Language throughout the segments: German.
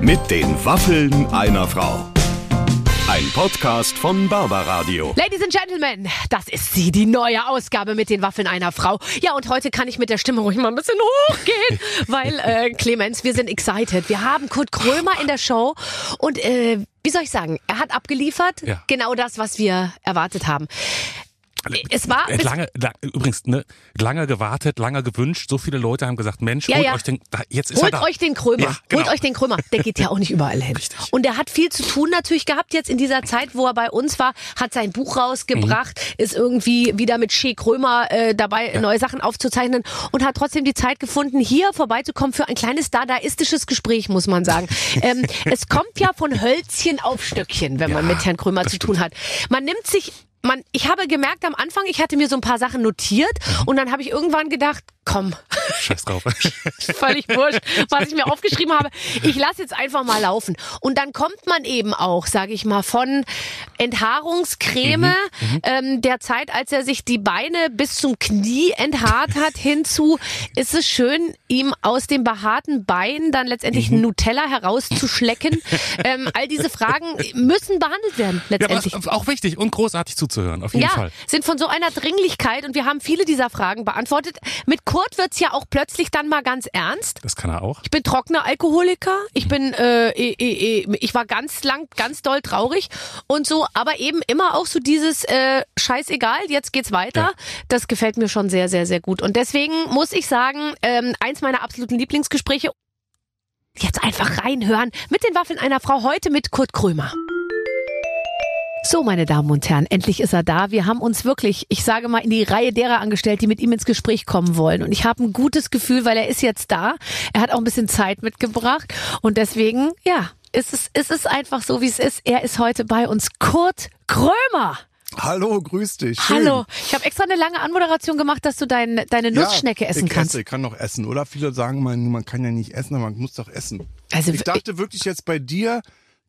Mit den Waffeln einer Frau. Ein Podcast von Barbaradio. Ladies and Gentlemen, das ist sie, die neue Ausgabe mit den Waffeln einer Frau. Ja, und heute kann ich mit der Stimme ruhig mal ein bisschen hochgehen, weil, äh, Clemens, wir sind excited. Wir haben Kurt Krömer in der Show und, äh, wie soll ich sagen, er hat abgeliefert, Ja. genau das, was wir erwartet haben. Es war Äh, lange, la, übrigens, ne, lange gewartet, lange gewünscht. So viele Leute haben gesagt, Mensch, Ja, holt ja. euch den, da, jetzt ist Holt er da. euch den Krömer. Ja, genau. Holt euch den Krömer. Der geht ja auch nicht überall hin. Und er hat viel zu tun natürlich gehabt jetzt in dieser Zeit, wo er bei uns war, hat sein Buch rausgebracht, Mhm. ist irgendwie wieder mit Shea Krömer äh, dabei, neue Sachen aufzuzeichnen und hat trotzdem die Zeit gefunden, hier vorbeizukommen für ein kleines dadaistisches Gespräch, muss man sagen. ähm, es kommt ja von Hölzchen auf Stöckchen, wenn man mit Herrn Krömer zu tun hat. Man nimmt sich man, ich habe gemerkt am Anfang, ich hatte mir so ein paar Sachen notiert Mhm. und dann habe ich irgendwann gedacht, komm, Scheiß drauf. völlig wurscht, was ich mir aufgeschrieben habe. Ich lasse jetzt einfach mal laufen. Und dann kommt man eben auch, sage ich mal, von Enthaarungscreme Mhm, ähm, der Zeit, als er sich die Beine bis zum Knie enthaart hat, hinzu ist es schön, ihm aus dem behaarten Bein dann letztendlich Mhm. Nutella herauszuschlecken. ähm, all diese Fragen müssen behandelt werden ja, aber letztendlich. das ist auch wichtig und großartig zuzuhören, auf jeden Ja, Fall. sind von so einer Dringlichkeit und wir haben viele dieser Fragen beantwortet. Mit Kurt wird's ja auch plötzlich dann mal ganz ernst. Das kann er auch. Ich bin trockener Alkoholiker. Ich bin, äh, eh, eh, eh, ich war ganz lang, ganz doll traurig und so, aber eben immer auch so dieses äh, Scheißegal, jetzt geht's weiter. Ja. Das gefällt mir schon sehr, sehr, sehr gut. Und deswegen muss ich sagen, ähm, eins meiner absoluten Lieblingsgespräche. Jetzt einfach reinhören mit den Waffeln einer Frau heute mit Kurt Krömer. So, meine Damen und Herren, endlich ist er da. Wir haben uns wirklich, ich sage mal, in die Reihe derer angestellt, die mit ihm ins Gespräch kommen wollen. Und ich habe ein gutes Gefühl, weil er ist jetzt da. Er hat auch ein bisschen Zeit mitgebracht. Und deswegen, ja, ist es, ist es einfach so, wie es ist. Er ist heute bei uns. Kurt Krömer. Hallo, grüß dich. Hallo. Ich habe extra eine lange Anmoderation gemacht, dass du dein, deine Nussschnecke ja, essen ich kannst. Esse, ich kann doch essen, oder? Viele sagen, man, man kann ja nicht essen, aber man muss doch essen. Also, ich dachte wirklich jetzt bei dir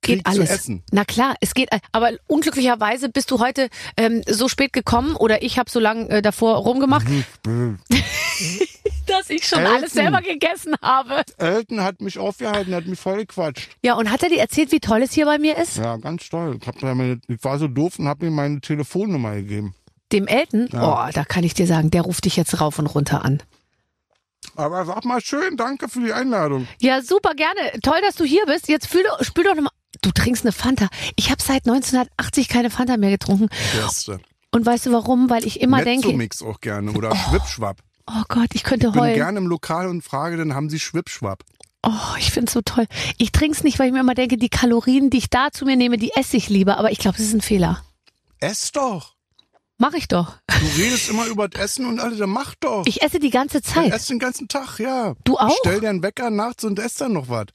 geht krieg alles. zu essen. Na klar, es geht. all- Aber unglücklicherweise bist du heute ähm, so spät gekommen oder ich habe so lange äh, davor rumgemacht, Mhm. dass ich schon alles Essen. selber gegessen habe. Elton hat mich aufgehalten, hat mich voll gequatscht. Ja, und hat er dir erzählt, wie toll es hier bei mir ist? Ja, ganz toll. Ich, hab da meine, ich war so doof und habe mir meine Telefonnummer gegeben. Dem Elton? Ja. Oh, da kann ich dir sagen, der ruft dich jetzt rauf und runter an. Aber sag mal schön, danke für die Einladung. Ja, super, gerne. Toll, dass du hier bist. Jetzt fühl, doch- spül doch nochmal. Du trinkst eine Fanta. Ich habe seit 1980 keine Fanta mehr getrunken. Beste. Und weißt du warum? Weil ich immer denke, Mezzo-Mix auch gerne oder Schwippschwapp. oh Gott, ich könnte Bin heulen. gerne im Lokal und frage, dann haben sie Schwippschwapp. Oh, ich find's so toll. Ich trink's nicht, weil ich mir immer denke, die Kalorien, die ich da zu mir nehme, die esse ich lieber. Aber ich glaube, es ist ein Fehler. Ess doch. Mach ich doch. Du redest immer über das Essen und alles, dann mach doch. Ich esse die ganze Ich Zeit. esse den ganzen Tag, ja. Du auch? Stell dir einen Wecker nachts und ess dann noch was.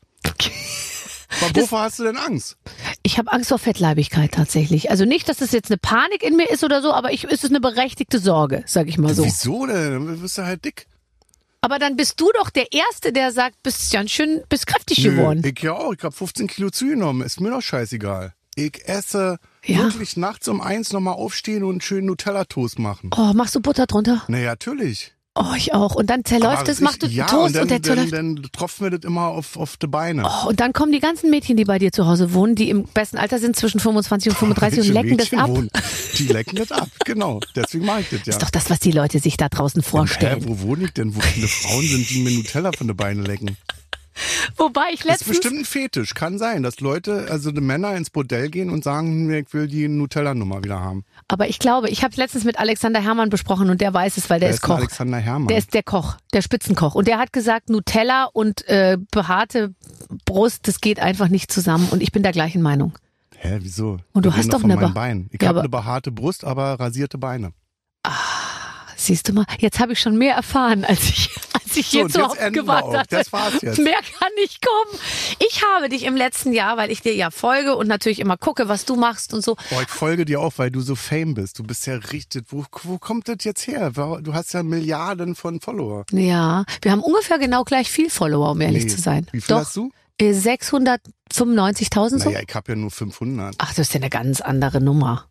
Aber wovor hast du denn Angst? Ich habe Angst vor Fettleibigkeit tatsächlich. Also nicht, dass es jetzt eine Panik in mir ist oder so, aber ich, es ist eine berechtigte Sorge, sag ich mal so. Wieso denn? Dann bist du halt dick. Aber dann bist du doch der Erste, der sagt, bist ganz schön, bist kräftig geworden. ich ja auch. Ich hab 15 Kilo zugenommen. Ist mir doch scheißegal. Ich esse Ja. wirklich nachts um eins nochmal aufstehen und einen schönen Nutella-Toast machen. Oh, machst du Butter drunter? Naja, natürlich. Oh, ich auch. Und dann zerläuft Aber es, machst du ich- Ah, ja, Toast und, dann, und, der dann, zerläuft. dann tropfen wir das immer auf, auf die Beine. Oh, und dann kommen die ganzen Mädchen, die bei dir zu Hause wohnen, die im besten Alter sind zwischen 25 und 35 und Welche lecken das Mädchen ab. wohnen- Die lecken das ab, genau. Deswegen mache ich das ja. Ist doch das, was die Leute sich da draußen Hä, vorstellen. wo wohne ich denn? Wo viele Frauen sind, die mir Nutella von den Beinen lecken? Wobei ich Das ist letztens, bestimmt ein Fetisch. Kann sein, dass Leute, also die Männer ins Bordell gehen und sagen, hm, ich will die Nutella-Nummer wieder haben. aber ich glaube, ich habe es letztens mit Alexander Hermann besprochen und der weiß es, weil der Wer ist denn Koch. Alexander Herrmann. Der ist der Koch, der Spitzenkoch. Und der hat gesagt, Nutella und äh, behaarte Brust, das geht einfach nicht zusammen. Und ich bin der gleichen Meinung. Hä, wieso? Und du Wir hast reden doch von eine meinem Ba- Bein. Ich Ja, aber- habe eine behaarte Brust, aber rasierte Beine. Siehst du mal, jetzt habe ich schon mehr erfahren, als ich, als ich hier und zu jetzt Hause enden wir auch. gewartet hatte. Das war's jetzt. Mehr kann nicht kommen. Ich habe dich im letzten Jahr, weil ich dir ja folge und natürlich immer gucke, was du machst und so. Boah, ich folge dir auch, weil du so fame bist. Du bist ja richtig. Wo, wo kommt das jetzt her? Wa- Du hast ja Milliarden von Follower. Ja, wir haben ungefähr genau gleich viel Follower, um ehrlich Nee. zu sein. Wie viel Doch, hast du? äh, 695.000 so? Naja, ich habe ja nur 500. Ach, das ist ja eine ganz andere Nummer.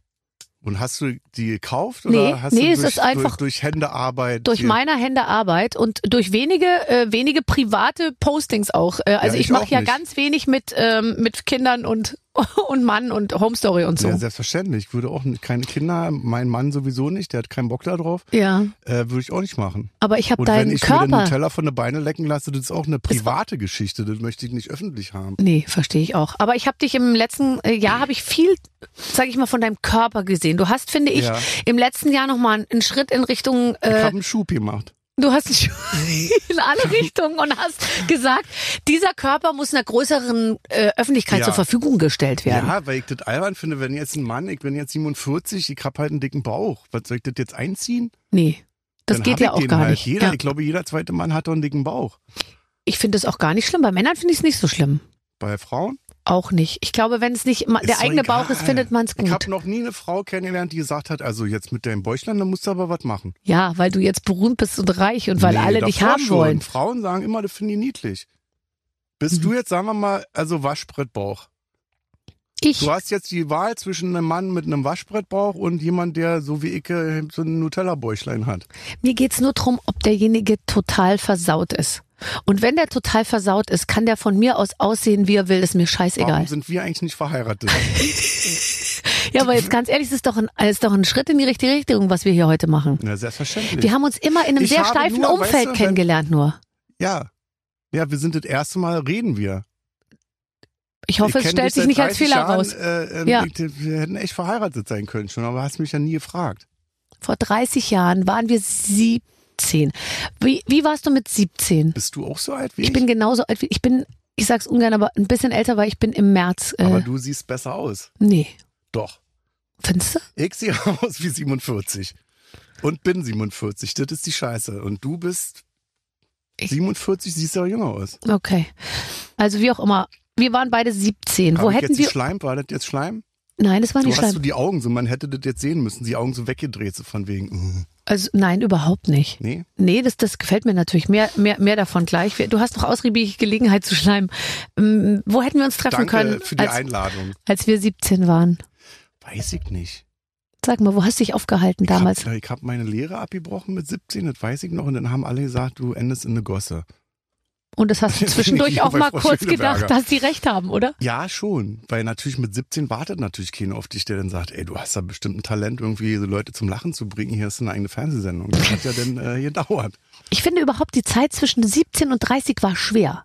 Und hast du die gekauft Nee, oder hast nee, du es durch, ist einfach- durch, durch Händearbeit? Durch die- meiner Hände Arbeit und durch wenige, äh, wenige private Postings auch. Äh, also ich ich mache auch ja nicht. ganz wenig mit, ähm, mit Kindern und, und Mann und Home Story und so. Ja, selbstverständlich. Ich würde auch n- keine Kinder, mein Mann sowieso nicht, der hat keinen Bock da drauf. ja. Äh, würde ich auch nicht machen. Aber ich habe Und wenn deinen ich mir den Körper. Nutella von den Beinen lecken lasse, das ist auch eine private Geschichte. Das möchte ich nicht öffentlich haben. Nee, verstehe ich auch. Aber ich habe dich im letzten äh, Jahr habe ich viel, sage ich mal, von deinem Körper gesehen. Du hast, finde ich, Ja. im letzten Jahr nochmal einen Schritt in Richtung. Ich Äh, habe einen Schub gemacht. du hast einen Schritt in alle Richtungen und hast gesagt, dieser Körper muss einer größeren äh, Öffentlichkeit Ja. zur Verfügung gestellt werden. Ja, weil ich das albern finde, wenn jetzt ein Mann, ich bin jetzt 47, ich hab halt einen dicken Bauch. Was soll ich das jetzt einziehen? Nee. Das Dann hab geht ja ich auch den gar halt. nicht. Jeder, ja. Ich glaube, jeder zweite Mann hat doch einen dicken Bauch. Ich finde es auch gar nicht schlimm. Bei Männern finde ich es nicht so schlimm. Bei Frauen? Auch nicht. Ich glaube, wenn es nicht ma- Ist der doch eigene egal. Bauch ist, findet man es Ich habe gut. noch nie eine Frau kennengelernt, die gesagt hat, also jetzt mit deinem Bäuchlein, da musst du aber was machen. Ja, weil du jetzt berühmt bist und reich und weil Nee, alle dich davor haben schon. wollen. Mhm. Frauen sagen immer, das finde ich niedlich. Bist du jetzt, sagen wir mal, also Waschbrettbauch. Ich, Du hast jetzt die Wahl zwischen einem Mann mit einem Waschbrettbauch und jemand, der so wie ich äh, so ein Nutella-Bäuchlein hat. mir geht's nur drum, ob derjenige total versaut ist. Und wenn der total versaut ist, kann der von mir aus aussehen, wie er will, ist mir scheißegal. Warum sind wir eigentlich nicht verheiratet? Ja, aber jetzt ganz ehrlich, es ist doch ein, es ist doch ein Schritt in die richtige Richtung, was wir hier heute machen. Na, selbstverständlich. Wir haben uns immer in einem Ich sehr habe steifen nur, Umfeld weißt du, wenn- kennengelernt nur. ja. Ja, wir sind das erste Mal, reden wir. Ich hoffe, Ich es kenn stellt dich sich seit nicht als 30 Fehler Jahren, raus. Äh, äh, Ja. ich, wir hätten echt verheiratet sein können schon, aber hast mich ja nie gefragt. Vor 30 Jahren waren wir 17. Wie, wie warst du mit 17? Bist du auch so alt wie ich? Ich bin genauso alt wie ich bin, ich sag's ungern, aber ein bisschen älter, weil ich bin im März. aber Äh, du siehst besser aus. nee. Doch. Findest du? Ich sehe aus wie 47. Und bin 47. Das ist die Scheiße. Und du bist Ich- 47, siehst aber jünger aus. Okay. Also wie auch immer. Wir waren beide 17. Hab Wo ich hätten jetzt wir. Schleim? War das jetzt Schleim? Nein, das war Du nicht hast du Schleim. die Augen so, man hätte das jetzt sehen müssen, die Augen so weggedreht, so von wegen, mm, Also nein, überhaupt nicht. nee. Nee, das, das gefällt mir natürlich. Mehr, mehr, mehr davon gleich. Wir- Du hast noch ausgiebig Gelegenheit zu schleimen. Ähm, wo hätten wir uns treffen Danke können, für die als, Einladung. als wir 17 waren? Weiß ich nicht. Sag mal, wo hast du dich aufgehalten damals? Ich habe hab meine Lehre abgebrochen mit 17, das weiß ich noch. Und dann haben alle gesagt, du endest in eine Gosse. Und das hast du Jetzt bin ich zwischendurch hier auch bei mal Frau kurz Schöneberger. gedacht, dass die recht haben, oder? Ja, schon. Weil natürlich mit 17 wartet natürlich keiner auf dich, der dann sagt, ey, du hast da bestimmt ein Talent, irgendwie so Leute zum Lachen zu bringen. Hier ist eine eigene Fernsehsendung. Das hat ja dann äh, gedauert. Ich finde überhaupt die Zeit zwischen 17 und 30 war schwer.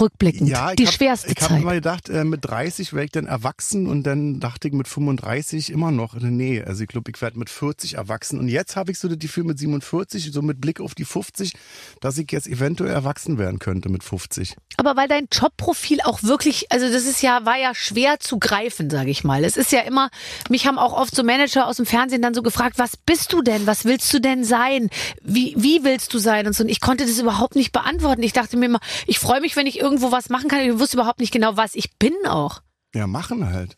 Rückblickend. Ja, ich die hab, schwerste Ich habe Zeit. immer gedacht, äh, mit 30 wäre ich dann erwachsen und dann dachte ich mit 35 immer noch, nee, also ich glaube, ich werde mit 40 erwachsen. Und jetzt habe ich so das Gefühl mit 47, so mit Blick auf die 50, dass ich jetzt eventuell erwachsen werden könnte mit 50. Aber weil dein Jobprofil auch wirklich, also das ist ja, war ja schwer zu greifen, sage ich mal. Es ist ja immer, mich haben auch oft so Manager aus dem Fernsehen dann so gefragt, was bist du denn? Was willst du denn sein? Wie, wie willst du sein? Und so. Und ich konnte das überhaupt nicht beantworten. Ich dachte mir immer, ich freue mich, wenn ich irgendwo was machen kann. Ich wusste überhaupt nicht genau, was ich bin auch. Ja, machen halt.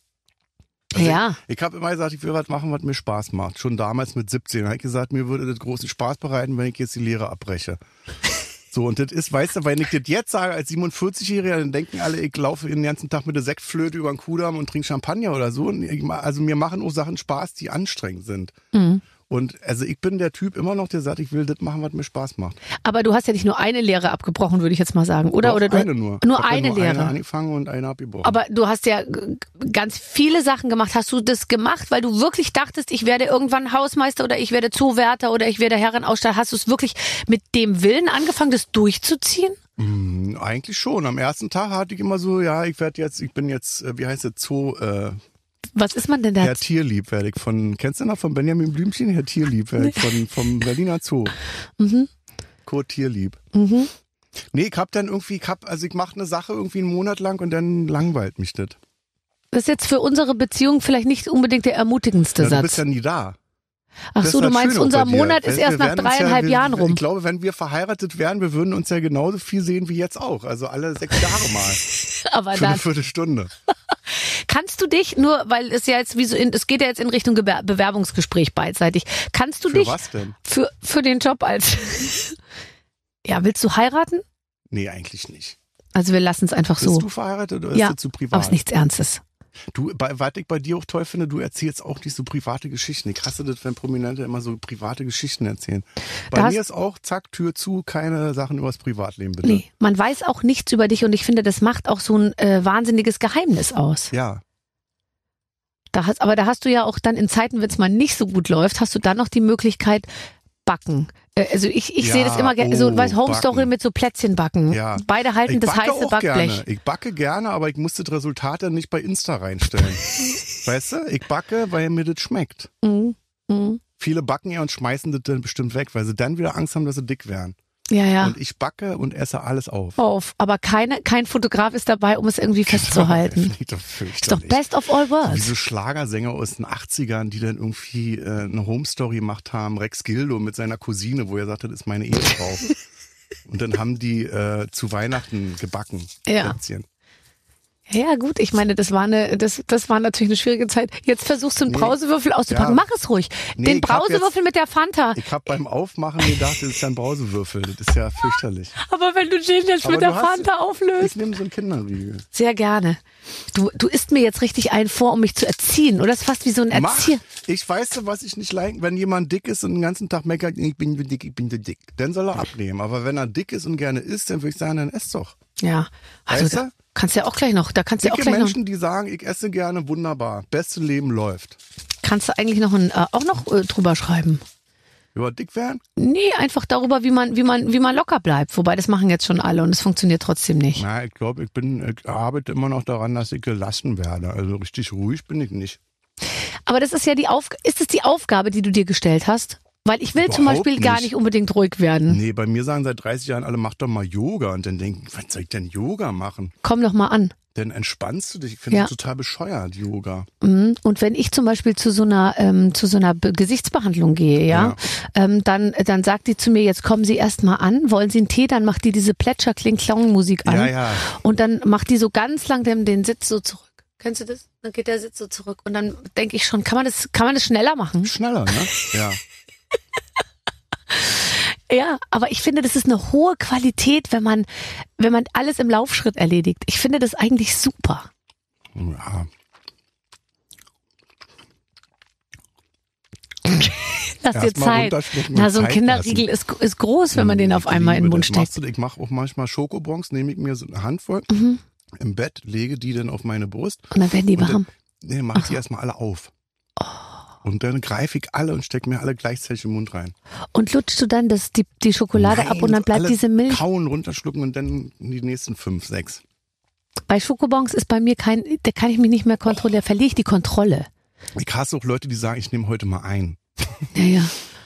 Also ja. Ich habe immer gesagt, ich will was machen, was mir Spaß macht. Schon damals mit 17 habe ich gesagt, mir würde das großen Spaß bereiten, wenn ich jetzt die Lehre abbreche. So, und das ist, weißt du, wenn ich das jetzt sage als 47-Jähriger, dann denken alle, ich laufe den ganzen Tag mit der Sektflöte über den Kudamm und trinke Champagner oder so. Und ich, ma- also mir machen auch Sachen Spaß, die anstrengend sind. Mhm. Und also ich bin der Typ immer noch, der sagt, ich will das machen, was mir Spaß macht. Aber du hast ja nicht nur eine Lehre abgebrochen, würde ich jetzt mal sagen, oder? Doch, oder du, eine nur. Ich Nur hab ja eine nur Lehre. Eine angefangen und eine abgebrochen. Aber du hast ja g- ganz viele Sachen gemacht. Hast du das gemacht, weil du wirklich dachtest, ich werde irgendwann Hausmeister oder ich werde Zuwärter oder ich werde Herrenausstatter? Hast du es wirklich mit dem Willen angefangen, das durchzuziehen? Hm, Eigentlich schon. Am ersten Tag hatte ich immer so, ja, ich werde jetzt, ich bin jetzt, äh, wie heißt das, Zoo, äh, Was ist man denn da? Herr Tierlieb werde ich von, kennst du noch von Benjamin Blümchen? Herr Tierlieb werde ich von, vom Berliner Zoo. Kurt Tierlieb. Mhm. Nee, ich hab dann irgendwie, ich hab, also ich mache eine Sache irgendwie einen Monat lang und dann langweilt mich das. Das ist jetzt für unsere Beziehung vielleicht nicht unbedingt der ermutigendste Ja, du bist Satz. ja nie da. Ach Das so, ist du das meinst, Schöne unser auch bei dir. Monat ist Weißt du, erst wir nach werden uns ja- dreieinhalb wir- Jahren rum. Ich glaube, wenn wir verheiratet wären, wir würden uns ja genauso viel sehen wie jetzt auch. Also alle sechs Jahre mal. Aber Für eine dann Viertelstunde. kannst du dich nur, weil es ja jetzt wie so, in, es geht ja jetzt in Richtung Gewer- Bewerbungsgespräch beidseitig. Kannst du Für dich was denn? für für den Job als ja willst du heiraten? Nee, eigentlich nicht. Also wir lassen es einfach Bist so. du verheiratet oder Ja, ist das zu privat? Aber es ist nichts Ernstes. Du, bei, was ich bei dir auch toll finde, du erzählst auch nicht so private Geschichten. Ich hasse das, wenn Prominente immer so private Geschichten erzählen. Bei Da hast- mir ist auch, zack, Tür zu, keine Sachen übers Privatleben, bitte. Nee, man weiß auch nichts über dich und ich finde, das macht auch so ein äh, wahnsinniges Geheimnis aus. Ja, Da hast, aber da hast du ja auch dann in Zeiten, wenn es mal nicht so gut läuft, hast du dann noch die Möglichkeit, backen. Äh, Also ich, ich Ja, sehe das immer gerne, so oh, weiß Home Story backen. mit so Plätzchen backen. Ja. Beide halten ich das backe heiße auch Backblech. gerne. Ich backe gerne, aber ich muss das Resultat dann nicht bei Insta reinstellen. weißt du, ich backe, weil mir das schmeckt. Mhm. Mhm. Viele backen ja und schmeißen das dann bestimmt weg, weil sie dann wieder Angst haben, dass sie dick werden. Ja, ja. Und ich backe und esse alles auf. Auf. Aber keine, kein Fotograf ist dabei, um es irgendwie festzuhalten. Finde ich doch Ist doch fürchterlich. best of all Wie worlds. so Schlagersänger aus den 80ern, die dann irgendwie äh, eine Home-Story gemacht haben. Rex Gildo mit seiner Cousine, wo er sagte, das ist meine Ehefrau. Und dann haben die äh, zu Weihnachten gebacken. Ja. Plätzchen. Ja, gut, ich meine, das war eine, das, das war natürlich eine schwierige Zeit. Jetzt versuchst du einen Nee. Brausewürfel auszupacken. Ja. Mach es ruhig. Nee, Den ich hab Brausewürfel mit der Fanta. Ich habe beim Aufmachen gedacht, das ist ja ein Brausewürfel. Das ist ja fürchterlich. Aber wenn du Gin jetzt Aber mit du der hast- Fanta auflöst. Ich nehme so einen Kinderriegel. Sehr gerne. Du, du isst mir jetzt richtig einen vor, um mich zu erziehen, oder? Das ist fast wie so ein Mach. Erzieher. Ich weiß, was ich nicht leiden Wenn jemand dick ist und den ganzen Tag meckert, ich bin so dick, ich bin so dick, dann soll er abnehmen. Aber wenn er dick ist und gerne isst, dann würde ich sagen, dann ess doch. Ja. Also, Weißt da du? kannst ja auch gleich noch, da kannst du ja auch Dicke gleich noch, Menschen, die sagen, ich esse gerne, wunderbar. Beste Leben läuft. kannst du eigentlich noch ein, äh, auch noch äh, drüber schreiben. Über dick werden? Nee, einfach darüber, wie man, wie man, wie man locker bleibt. Wobei, das machen jetzt schon alle und es funktioniert trotzdem nicht. Na, ich glaube, ich bin, ich arbeite immer noch daran, dass ich gelassen werde. Also richtig ruhig bin ich nicht. Aber das ist ja die Aufgabe, ist es die Aufgabe, die du dir gestellt hast? Weil ich will zum Überhaupt Beispiel gar nicht. nicht unbedingt ruhig werden. Nee, bei mir sagen seit 30 Jahren alle, mach doch mal Yoga. Und dann denken, was soll ich denn Yoga machen? Komm doch mal an. Dann entspannst du dich. Ich finde Ja. das total bescheuert, Yoga. Mhm. Und wenn ich zum Beispiel zu so einer ähm, zu so einer Be Gesichtsbehandlung gehe, ja, Ähm, dann dann sagt die zu mir, jetzt kommen Sie erst mal an, wollen Sie einen Tee, dann macht die diese plätscher kling clown musik an Ja, ja. und dann macht die so ganz lang den, den Sitz so zurück. Kennst du das? Dann geht der Sitz so zurück und dann denke ich schon, kann man das kann man das schneller machen? Schneller, ne? Ja. Ja, aber ich finde, das ist eine hohe Qualität, wenn man wenn man alles im Laufschritt erledigt. Ich finde das eigentlich super. ja. Lass dir Erst mal Zeit. runterschlucken und Na, so ein Zeit Kinderriegel ist, ist groß, wenn man den Ich auf einmal in den liebe Mund das. steckt. Machst du, ich mache auch manchmal Schokobons, nehme ich mir so eine Handvoll Mhm. im Bett, lege die dann auf meine Brust. Und dann werden die Und warm. dann nee, mache ich die erstmal alle auf. Oh. Und dann greife ich alle und stecke mir alle gleichzeitig im Mund rein. Und lutschst du dann das, die, die Schokolade ab Nein, und dann bleibt alle diese Milch. Kauen, runterschlucken und dann die nächsten fünf, sechs. Bei Schokobons ist bei mir kein, da kann ich mich nicht mehr kontrollieren, da Oh. verliere ich die Kontrolle. Ich hasse auch Leute, die sagen, ich nehme heute mal ein. Ja, ja.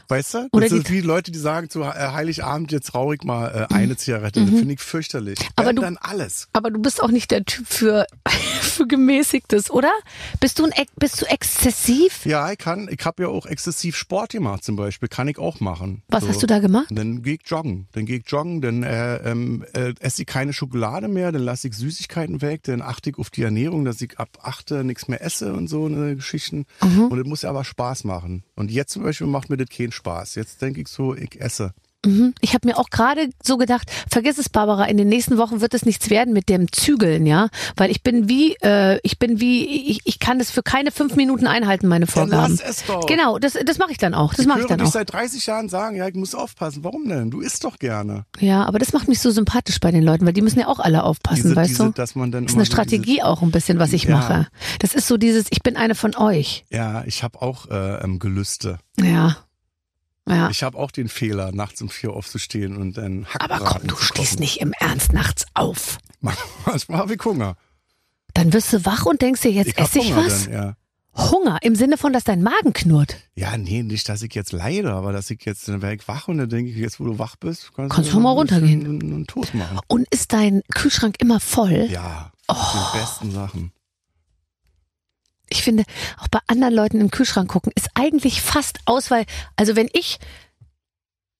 Weißt du? Oder das ist die- wie Leute, die sagen zu äh, Heiligabend jetzt raurig mal äh, eine Zigarette. Das finde ich fürchterlich. Mhm. Aber Wenn du- dann alles. Aber du bist auch nicht der Typ für, für gemäßigtes, oder? Bist du ein, Ex- bist du exzessiv? Ja, ich kann. Ich habe ja auch exzessiv Sport gemacht zum Beispiel. Kann ich auch machen. Was hast du da gemacht? Dann gehe ich joggen. Dann gehe ich joggen. Dann äh, ähm, äh, esse ich keine Schokolade mehr. Dann lasse ich Süßigkeiten weg. Dann achte ich auf die Ernährung, dass ich ab 8 nichts mehr esse und so eine Geschichten. Mhm. Und das muss ja aber Spaß machen. Und jetzt zum Beispiel macht mir das keinen Spaß. Jetzt denke ich so, ich esse. Mhm. Ich habe mir auch gerade so gedacht, vergiss es, Barbara, in den nächsten Wochen wird es nichts werden mit dem Zügeln, ja? Weil ich bin wie, äh, ich bin wie, ich, ich kann das für keine fünf Minuten einhalten, meine Vorgaben. lass es doch. Genau, das, das mache ich dann auch. Das mache ich ich höre dann dich auch. seit 30 Jahren sagen, ja, ich muss aufpassen. Warum denn? Du isst doch gerne. Ja, aber das macht mich so sympathisch bei den Leuten, weil die müssen ja auch alle aufpassen, Diese, weißt diese, du? dass man dann Das ist immer eine so diese- Strategie auch ein bisschen, was ich Ja. mache. Das ist so dieses, ich bin eine von euch. Ja, ich habe auch äh, ähm, Gelüste. Ja. Ja. Ich habe auch den Fehler, nachts um vier aufzustehen und dann Hackbraten Aber komm, du zu kochen. stehst nicht im Ernst nachts auf. Manchmal habe ich Hunger. Dann wirst du wach und denkst dir, jetzt Ich hab esse ich Hunger was? Dann, ja. Hunger, im Sinne von, dass dein Magen knurrt. ja, nee, nicht, dass ich jetzt leide, aber dass ich jetzt, dann wäre ich wach und dann denke ich, jetzt wo du wach bist, kannst, Kannst du mal ein runtergehen. Oh. bisschen Einen, einen Toast machen. Und ist dein Kühlschrank immer voll? Ja, Oh. die besten Sachen. Ich finde, auch bei anderen Leuten im Kühlschrank gucken, ist eigentlich fast aus, weil, also wenn ich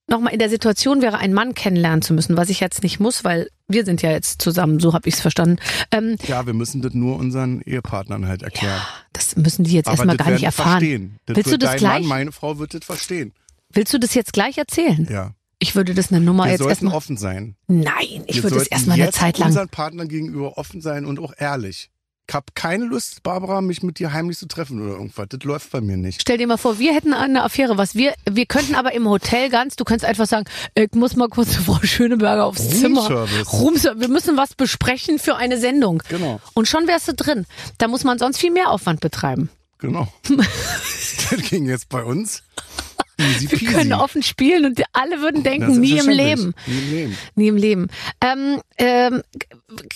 nochmal in der Situation wäre, einen Mann kennenlernen zu müssen, was ich jetzt nicht muss, weil wir sind ja jetzt zusammen, so habe ich es verstanden. Ähm, Ja, wir müssen das nur unseren Ehepartnern halt erklären. das müssen die jetzt aber erstmal das gar nicht werden die erfahren. Verstehen. Das Willst du wird das dein gleich? Mann, meine Frau wird das verstehen. Willst du das jetzt gleich erzählen? Ja. Ich würde das eine Nummer Wir Oh, jetzt sollten erstmal. offen sein. Nein, ich wir würde es sollten erstmal eine jetzt Zeit lang. unseren Partnern gegenüber offen sein und auch ehrlich. hab keine Lust, Barbara, mich mit dir heimlich zu treffen oder irgendwas. Das läuft bei mir nicht. Stell dir mal vor, wir hätten eine Affäre, was wir, wir könnten aber im Hotel ganz, du könntest einfach sagen, ich muss mal kurz zu Frau Schöneberger aufs Zimmer. Roomservice. Roomser- Wir müssen was besprechen für eine Sendung. Genau. Und schon wärst du drin. Da muss man sonst viel mehr Aufwand betreiben. Genau. das ging jetzt bei uns. Easy Wir peasy. können offen spielen und alle würden Das ist denken, nie im verständlich. Leben. Nie im Leben. Nie im Leben. Ähm, ähm,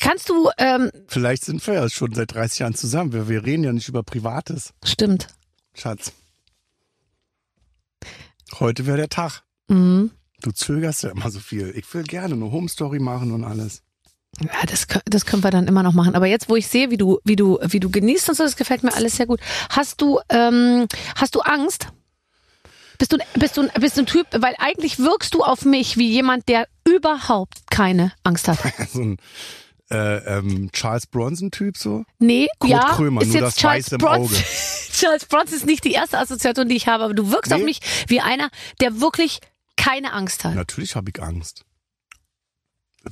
kannst du, ähm, Vielleicht sind wir ja schon seit 30 Jahren zusammen. Wir, wir reden ja nicht über Privates, stimmt. Schatz. Heute wäre der Tag. Mhm. Du zögerst ja immer so viel. Ich will gerne eine Home Story machen und alles. Ja, das, kö- das können wir dann immer noch machen. Aber jetzt, wo ich sehe, wie du, wie du, wie du genießt und so, das gefällt mir alles sehr gut. Hast du, ähm, hast du Angst? Bist du, bist du, bist du ein Typ, weil eigentlich wirkst du auf mich wie jemand, der überhaupt keine Angst hat. So ein äh, ähm, Charles Bronson-Typ so. Nee, Kurt ja, Krömer, ist nur jetzt das Charles Weiß im Bronson. Auge. Charles Bronson ist nicht die erste Assoziation, die ich habe, aber du wirkst auf Nee. mich wie einer, der wirklich keine Angst hat. Natürlich habe ich Angst.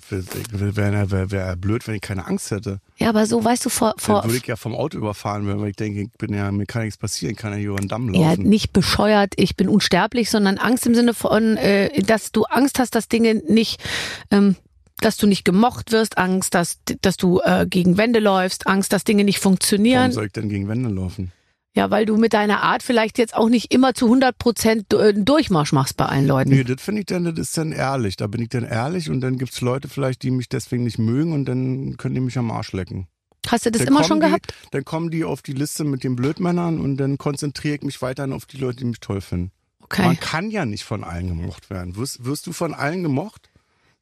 Wäre wär, wär, wär blöd, wenn ich keine Angst hätte. Ja, aber so, weißt du, vor, vor, Dann würde ich ja vom Auto überfahren werden, weil ich denke, ich bin ja, mir kann nichts passieren, kann ja hier über den Damm Ja, laufen. nicht bescheuert, ich bin unsterblich, sondern Angst im Sinne von, äh, dass du Angst hast, dass Dinge nicht, ähm, dass du nicht gemocht wirst, Angst, dass, dass du äh, gegen Wände läufst, Angst, dass Dinge nicht Warum funktionieren. soll ich denn gegen Wände laufen? Ja, weil du mit deiner Art vielleicht jetzt auch nicht immer zu 100 Prozent äh, einen Durchmarsch machst bei allen Leuten. Nee, das finde ich dann, das ist dann ehrlich. Da bin ich dann ehrlich und dann gibt's Leute vielleicht, die mich deswegen nicht mögen und dann können die mich am Arsch lecken. Hast du das Dann immer kommen schon die, gehabt? Dann kommen die auf die Liste mit den Blödmännern und dann konzentriere ich mich weiterhin auf die Leute, die mich toll finden. Okay. Man kann ja nicht von allen gemocht werden. Wirst, wirst du von allen gemocht?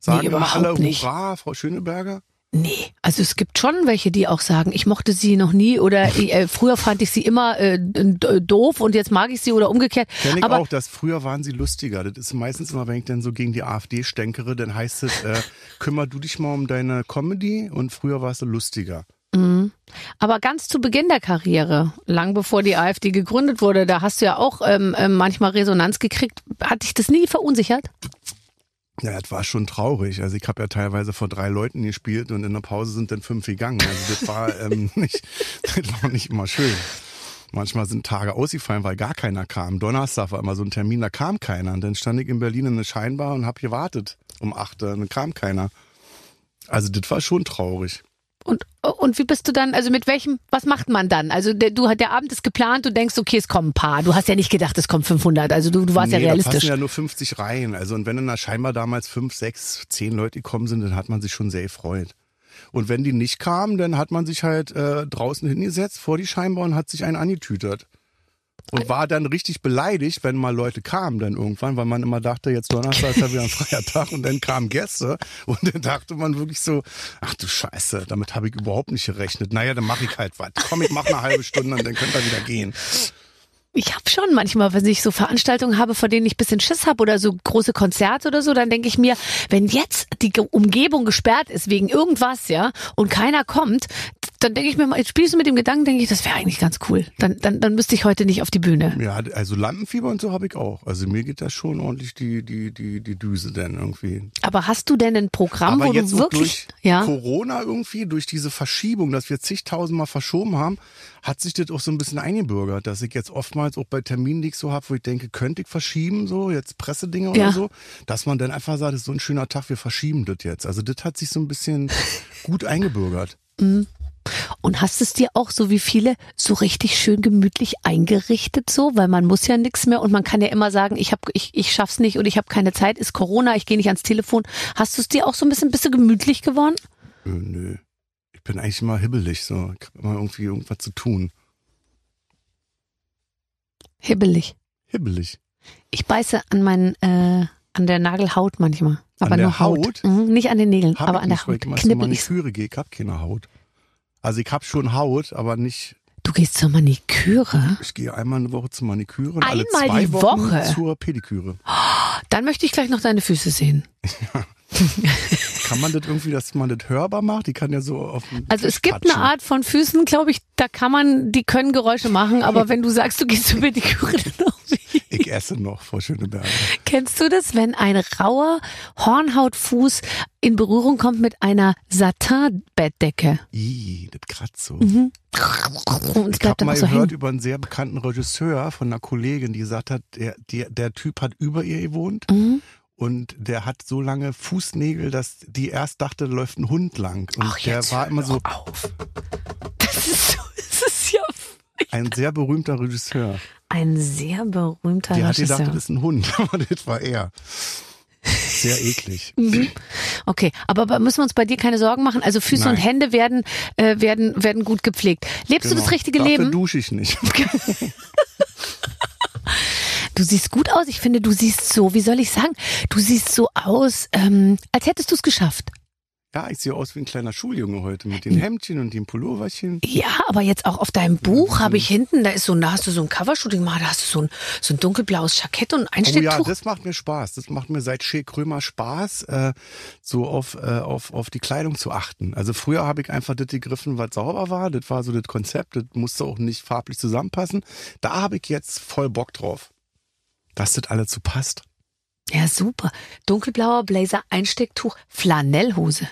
Sagen immer überhaupt alle nicht. Hurra, Frau Schöneberger? Nee, also es gibt schon welche, die auch sagen, ich mochte sie noch nie oder äh, früher fand ich sie immer äh, d- doof und jetzt mag ich sie oder umgekehrt. Kenn ich Aber auch, dass früher waren sie lustiger. Das ist meistens immer, wenn ich dann so gegen die AfD stänkere, dann heißt es, äh, kümmer du dich mal um deine Comedy und früher warst du lustiger. Aber ganz zu Beginn der Karriere, lang bevor die AfD gegründet wurde, da hast du ja auch ähm, ähm, manchmal Resonanz gekriegt. Hat dich das nie verunsichert? Ja, das war schon traurig. Also ich habe ja teilweise vor drei Leuten gespielt und in der Pause sind dann fünf gegangen. Also das war, ähm, nicht, das war nicht immer schön. Manchmal sind Tage ausgefallen, weil gar keiner kam. Donnerstag war immer so ein Termin, da kam keiner. Und dann stand ich in Berlin in der Scheinbar und habe gewartet um 8 Uhr und dann kam keiner. Also das war schon traurig. Und, und wie bist du dann, also mit welchem, was macht man dann? Also der, du, der Abend ist geplant, du denkst, okay, es kommen ein paar. Du hast ja nicht gedacht, es kommen 500. Also du, du warst ja Nee, Da passen realistisch. ja nur 50 Reihen. Also und wenn dann da scheinbar damals fünf, sechs, zehn Leute gekommen sind, dann hat man sich schon sehr gefreut. Und wenn die nicht kamen, dann hat man sich halt äh, draußen hingesetzt vor die Scheinbar und hat sich einen angetütert. Und war dann richtig beleidigt, wenn mal Leute kamen dann irgendwann, weil man immer dachte, jetzt Donnerstag ist ja wieder ein freier Tag und dann kamen Gäste und dann dachte man wirklich so, ach du Scheiße, damit habe ich überhaupt nicht gerechnet. Naja, dann mache ich halt was. Komm, ich mache eine halbe Stunde und dann könnt ihr wieder gehen. Ich habe schon manchmal, wenn ich so Veranstaltungen habe, vor denen ich ein bisschen Schiss habe oder so große Konzerte oder so, dann denke ich mir, wenn jetzt die Ge- Umgebung gesperrt ist wegen irgendwas, ja, und keiner kommt, dann denke ich mir mal, jetzt spielst du mit dem Gedanken, denke ich, das wäre eigentlich ganz cool. Dann, dann, dann müsste ich heute nicht auf die Bühne. Ja, also Lampenfieber und so habe ich auch. Also mir geht da schon ordentlich die, die, die, die Düse dann irgendwie. Aber hast du denn ein Programm, Aber Oh, wo jetzt du auch wirklich, durch ja, Corona irgendwie, durch diese Verschiebung, dass wir zigtausendmal verschoben haben, hat sich das auch so ein bisschen eingebürgert, dass ich jetzt oftmals auch bei Terminen, die ich so habe, wo ich denke, könnte ich verschieben, so jetzt Pressedinge Ja. oder so, dass man dann einfach sagt, es ist so ein schöner Tag, wir verschieben das jetzt. Also das hat sich so ein bisschen gut eingebürgert. und hast es dir auch so wie viele so richtig schön gemütlich eingerichtet so, weil man muss ja nichts mehr und man kann ja immer sagen, ich habe ich ich schaff's nicht und ich habe keine Zeit, ist Corona, ich gehe nicht ans Telefon. Hast du es dir auch so ein bisschen bist du gemütlich geworden? Äh, nö. Ich bin eigentlich immer hibbelig, so. Ich habe immer irgendwie irgendwas zu tun. Hibbelig. Hibbelig. Ich beiße an meinen äh, an der Nagelhaut manchmal, aber An der nur Haut, Haut? Mhm, nicht an den Nägeln, Hab aber ich an der nicht, weil Haut Ich immer zur knibbel ich. Maniküre gehe, ich habe keine Haut. Also ich habe schon Haut, aber nicht. Du gehst zur Maniküre? Ich gehe einmal eine Woche zur Maniküre und alle Einmal zwei die Wochen Woche? zur Pediküre. Dann möchte ich gleich noch deine Füße sehen. Kann man das irgendwie, dass man das hörbar macht? Die kann ja so auf den Also Tisch es gibt eine patschen. Art von Füßen, glaube ich, da kann man, die können Geräusche machen, aber wenn du sagst, du gehst zur Pediküre, dann auch nicht. Ich ich esse noch, Frau Schöneberger. Kennst du das, wenn ein rauer Hornhautfuß in Berührung kommt mit einer Satin-Bettdecke? Ih, das kratzt so. Mhm. Und es Ich bleibt habe dann auch mal so gehört hängen. über einen sehr bekannten Regisseur von einer Kollegin, die gesagt hat, der, der, der Typ hat über ihr gewohnt Mhm. und der hat so lange Fußnägel, dass die erst dachte, da läuft ein Hund lang. Und Ach, der jetzt war hör immer so doch auf. Das ist, so, das ist ja ein sehr berühmter Regisseur. ein sehr berühmter Die hat gedacht, das Regisseur. ist ein Hund, aber das war er. Sehr eklig. Mhm. Okay, aber bei- müssen wir uns bei dir keine Sorgen machen. Also Füße Nein. und Hände werden, äh, werden, werden gut gepflegt. Lebst du das richtige Genau. Dafür Leben? dusche ich nicht. Du siehst gut aus. Ich finde, du siehst so, wie soll ich sagen, du siehst so aus, ähm, als hättest du es geschafft. Ja, ich sehe aus wie ein kleiner Schuljunge heute mit den Hemdchen und dem Pulloverchen. Ja, aber jetzt auch auf deinem Mhm. Buch habe ich hinten, da ist so, ein- da hast du so ein Covershooting gemacht, da hast du so ein, so ein dunkelblaues Jackett und ein Oh ja, Schnitttuch. das macht mir Spaß. Das macht mir seit Shea Krömer Spaß, äh, so auf, äh, auf, auf die Kleidung zu achten. Also früher habe ich einfach das gegriffen, was sauber war. Das war so das Konzept. Das musste auch nicht farblich zusammenpassen. Da habe ich jetzt voll Bock drauf, dass das alles so passt. ja, super. Dunkelblauer Blazer, Einstecktuch, Flanellhose.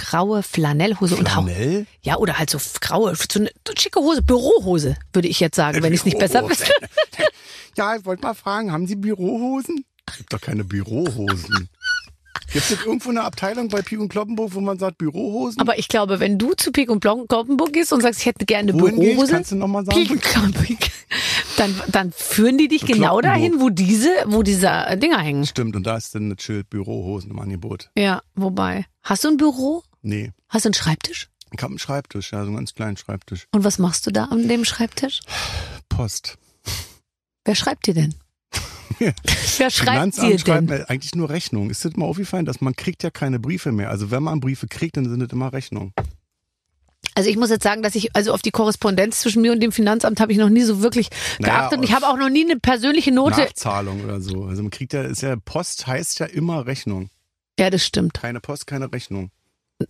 Graue Flanellhose und auch. Flanell? Ja, oder halt so graue, so eine schicke Hose, Bürohose, würde ich jetzt sagen, Also wenn ich es nicht besser wüsste. Ja, ich wollte mal fragen, haben Sie Bürohosen? Gibt doch keine Bürohosen. Gibt es irgendwo eine Abteilung bei Pik und Kloppenburg, wo man sagt Bürohosen? Aber ich glaube, wenn du zu Pik und Kloppenburg gehst und sagst, ich hätte gerne eine Wohin gehe ich? Bürohose, Kannst du noch mal sagen? Pik und Kloppenburg, dann, dann führen die dich genau Kloppenburg. dahin, wo diese, wo diese äh, Dinger hängen. Stimmt, und da ist dann das Schild Bürohosen im Angebot. Ja, wobei. Hast du ein Büro? Nee, Hast du einen Schreibtisch? ich habe einen Schreibtisch, ja, so einen ganz kleinen Schreibtisch. Und was machst du da an dem Schreibtisch? Post. Wer schreibt dir denn? Wer schreibt dir Finanzamt schreibt denn? mir eigentlich nur Rechnungen. Ist das mal aufgefallen, dass man kriegt ja keine Briefe mehr. Also wenn man Briefe kriegt, dann sind das immer Rechnungen. Also ich muss jetzt sagen, dass ich also auf die Korrespondenz zwischen mir und dem Finanzamt habe ich noch nie so wirklich Naja, geachtet. Und ich auf- habe auch noch nie eine persönliche Note. Nachzahlung oder so. Also man kriegt ja, ist ja, Post heißt ja immer Rechnung. Ja, das stimmt. Keine Post, keine Rechnung.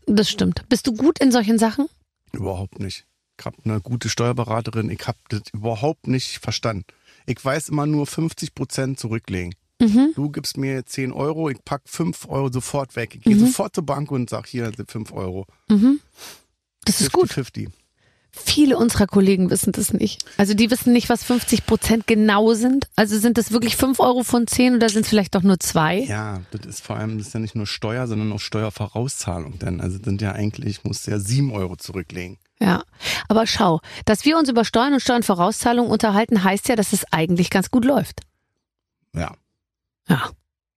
Das stimmt. Bist du gut in solchen Sachen? Überhaupt nicht. Ich habe eine gute Steuerberaterin. Ich habe das überhaupt nicht verstanden. Ich weiß immer nur 50 Prozent zurücklegen. Mhm. Du gibst mir 10 Euro, ich pack 5 Euro sofort weg. Ich gehe Mhm. sofort zur Bank und sag hier sind 5 Euro. Das ist 50, gut. 50. Viele unserer Kollegen wissen das nicht. Also die wissen nicht, was 50 Prozent genau sind. Also sind das wirklich 5 Euro von 10 oder sind es vielleicht doch nur zwei? Ja, das ist vor allem, das ist ja nicht nur Steuer, sondern auch Steuervorauszahlung. Denn also sind ja eigentlich, ich muss ja 7 Euro zurücklegen. Ja, aber schau, dass wir uns über Steuern und Steuernvorauszahlungen unterhalten, heißt ja, dass es eigentlich ganz gut läuft. Ja. Ja,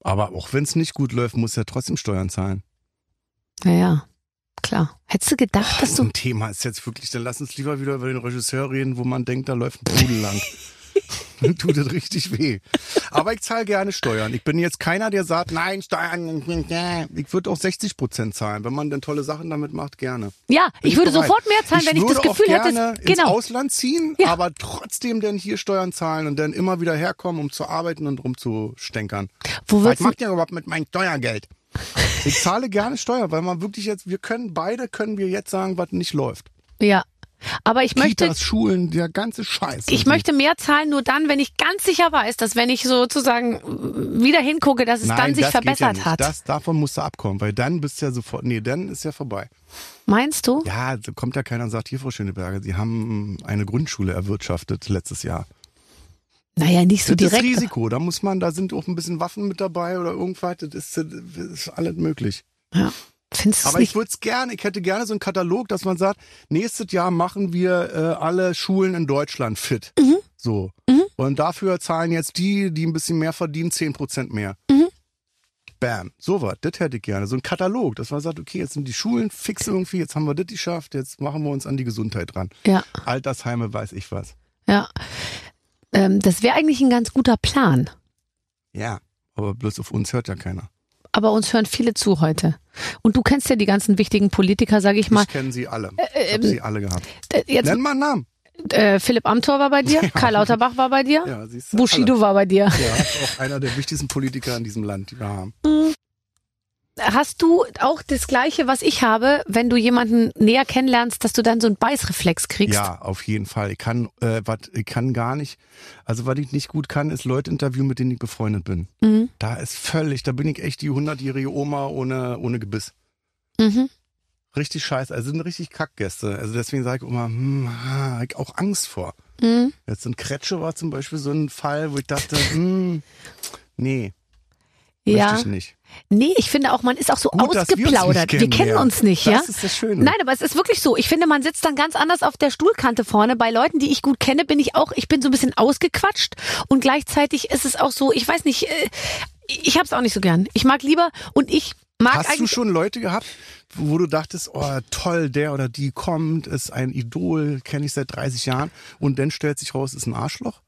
Aber auch wenn es nicht gut läuft, muss ja trotzdem Steuern zahlen. ja, ja. klar. Hättest du gedacht, dass so du... ein Thema ist jetzt wirklich, dann lass uns lieber wieder über den Regisseur reden, wo man denkt, da läuft ein Pudel lang. Dann tut das richtig weh. Aber ich zahle gerne Steuern. Ich bin jetzt keiner, der sagt, nein, Steuern. Ich würde auch 60 Prozent zahlen, wenn man dann tolle Sachen damit macht, gerne. Ja, Oh, Bin ich würde bereit. sofort mehr zahlen, wenn ich das würde auch Gefühl hätte... gerne es- ins Genau, Ausland ziehen, Ja. aber trotzdem dann hier Steuern zahlen und dann immer wieder herkommen, um zu arbeiten und rumzustänkern. wo Was würdest du... macht ihr überhaupt mit meinem Steuergeld? Ich zahle gerne Steuer, weil man wirklich jetzt, wir können beide, können wir jetzt sagen, was nicht läuft. Ja, aber ich möchte... Kitas, Schulen, der ganze Scheiß. Ich möchte mehr zahlen, nur dann, wenn ich ganz sicher weiß, dass wenn ich sozusagen wieder hingucke, dass es Nein, dann sich das geht ja verbessert nicht. hat. Das, davon musst du abkommen, weil dann bist du ja sofort, nee, dann ist ja vorbei. Meinst du? Ja, da kommt ja keiner und sagt, hier, Frau Schöneberger, Sie haben eine Grundschule erwirtschaftet letztes Jahr. Naja, nicht so das ist direkt. Risiko, da muss man, da sind auch ein bisschen Waffen mit dabei oder irgendwas, das ist, das ist alles möglich. Ja. Findest du es Aber ich nicht? würde es gerne, ich hätte gerne so einen Katalog, dass man sagt, nächstes Jahr machen wir äh, alle Schulen in Deutschland fit. Mhm. So. Und dafür zahlen jetzt die, die ein bisschen mehr verdienen, 10% mehr. Mhm. Bam. So was, das hätte ich gerne. So ein Katalog, dass man sagt, okay, jetzt sind die Schulen fix irgendwie, jetzt haben wir das geschafft, jetzt machen wir uns an die Gesundheit dran. Ja, Altersheime, weiß ich was. ja. Ähm, das wäre eigentlich ein ganz guter Plan. Ja. Aber bloß auf uns hört ja keiner. aber uns hören viele zu heute. Und du kennst ja die ganzen wichtigen Politiker, sage ich mal. Ich kenne sie alle. Ich ähm, habe sie alle gehabt. Äh, Jetzt, Nenn mal einen Namen. äh, Philipp Amthor war bei dir, Karl Lauterbach war bei dir, Ja, siehst du. Bushido war bei dir. Alle. Ja, auch einer der wichtigsten Politiker in diesem Land, die wir haben. hast du auch das Gleiche, was ich habe, wenn du jemanden näher kennenlernst, dass du dann so einen Beißreflex kriegst? Ja, auf jeden Fall. Ich kann, äh, wat, ich kann gar nicht. Also, was ich nicht gut kann, ist Leute interviewen, mit denen ich befreundet bin. Mhm. Da ist völlig, da bin ich echt die hundertjährige Oma ohne, ohne Gebiss. Mhm. Richtig scheiße. Also, sind richtig Kackgäste. Also, deswegen sage ich immer, hm, ah, hab ich auch Angst vor. Mhm. Jetzt ein Kretsche war zum Beispiel so ein Fall, wo ich dachte, hm, nee, Ja. möchte ich nicht. Nee, ich finde auch, man ist auch so Gut, dass wir uns ausgeplaudert. nicht Wir, kennen kennenlernen. uns nicht, das ja? Das ist das Schöne. Nein, aber es ist wirklich so. Ich finde, man sitzt dann ganz anders auf der Stuhlkante vorne. Bei Leuten, die ich gut kenne, bin ich auch, ich bin so ein bisschen ausgequatscht und gleichzeitig ist es auch so, ich weiß nicht, äh, ich hab's auch nicht so gern. Ich mag lieber und ich mag Hast du eigentlich schon Leute gehabt, wo du dachtest, oh toll, der oder die kommt, ist ein Idol, kenne ich seit 30 Jahren und dann stellt sich raus, ist ein Arschloch?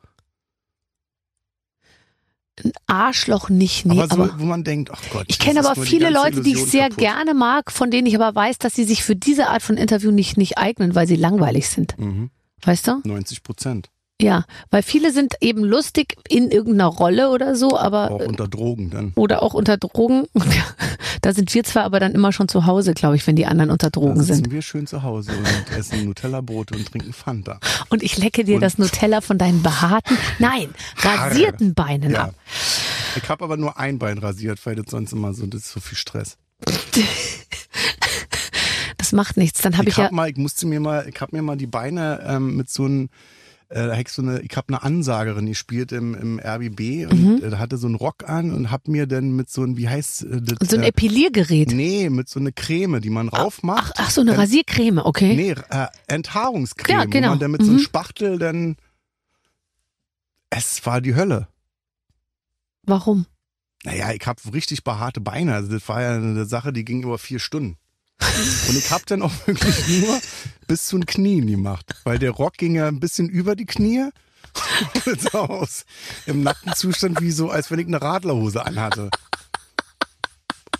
Arschloch nicht, nee, aber so, aber, wo man denkt, ach Gott. ich das kenne ist aber nur die viele ganze Leute, die ich Illusion sehr kaputt. gerne mag, von denen ich aber weiß, dass sie sich für diese Art von Interview nicht, nicht eignen, weil sie langweilig sind. Mhm, Weißt du? 90 Prozent. Ja, weil viele sind eben lustig in irgendeiner Rolle oder so, aber Auch unter Drogen dann. oder auch unter Drogen. Da sind wir zwar aber dann immer schon zu Hause, glaube ich, wenn die anderen unter Da Drogen sitzen sind. wir schön zu Hause und essen Nutella-Brote und trinken Fanta. Und ich lecke dir Und- das Nutella von deinen behaarten, nein, Haare. rasierten Beinen Ja. ab. Ich habe aber nur ein Bein rasiert, weil das sonst immer so, das ist so viel Stress. Das macht nichts. Dann habe ich, ich hab ja. mal, ich musste mir mal, ich habe mir mal die Beine ähm, mit so einem, äh, da hab ich so eine, ich habe eine Ansagerin gespielt im, im RBB und Mhm. äh, hatte so einen Rock an und hab mir dann mit so einem, wie heißt äh, das? so ein äh, Epiliergerät. Nee, mit so einer Creme, die man Ach, raufmacht. ach so, eine Rasiercreme, okay. Nee, äh, Enthaarungscreme. Ja, genau. Wo man dann mit so einem Mhm. Spachtel dann, es war die Hölle. Warum? Naja, ich habe richtig behaarte Beine. Also das war ja eine Sache, die ging über vier Stunden. Und ich habe dann auch wirklich nur bis zu den Knien gemacht, weil der Rock ging ja ein bisschen über die Knie. Und sah aus im nackten Zustand wie so, als wenn ich eine Radlerhose anhatte.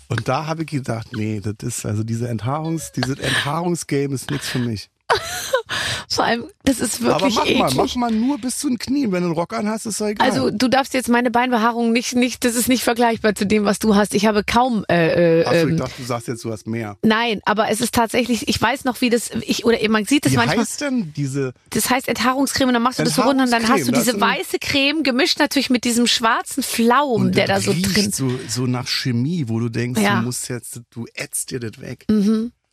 Und da habe ich gedacht, nee, das ist also diese Enthaarungs, dieses Enthaarungsgame ist nichts für mich. Vor allem, das ist Aber wirklich mach mal, eklig. mach mal nur bis zu den Knien. Wenn du einen Rock anhast, ist doch egal. Also du darfst jetzt meine Beinbehaarung nicht, nicht, das ist nicht vergleichbar zu dem, was du hast. Ich habe kaum äh, äh, Achso, ich ähm, dachte, du sagst jetzt, du hast mehr. Nein, aber es ist tatsächlich, ich weiß noch, wie das, ich, oder man sieht das Wie manchmal. heißt denn diese Das heißt Enthaarungscreme, dann machst du das so runter und dann hast du Enthaarungscreme, diese das ist- weiße Creme gemischt natürlich mit diesem schwarzen Flaum, der da das so riecht drin. So, so nach Chemie, wo du denkst, Ja. du musst jetzt, du ätzt dir das weg.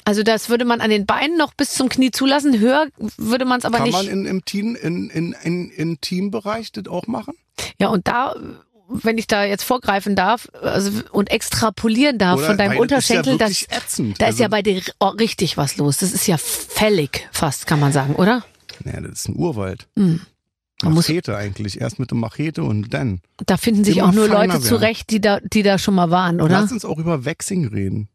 Also das würde man an den Beinen noch bis zum Knie zulassen, höher würde man es aber Kann nicht. man in, im Team, in, in, in, im Teambereich das auch machen? ja, und da wenn ich da jetzt vorgreifen darf also, und extrapolieren darf Oder- von deinem weil das ist ja Unterschenkel, wirklich das, ätzend. da ist Also- ja bei dir ri- oh, richtig was los. Das ist ja fällig fast, kann man sagen, oder? Naja, das ist ein Urwald. Mhm. Man muss- Machete eigentlich. Erst mit der Machete und dann. Da finden sich Immer auch nur feiner Leute werden. zurecht, die da, die da schon mal waren, oder? Lass uns auch über Waxing reden.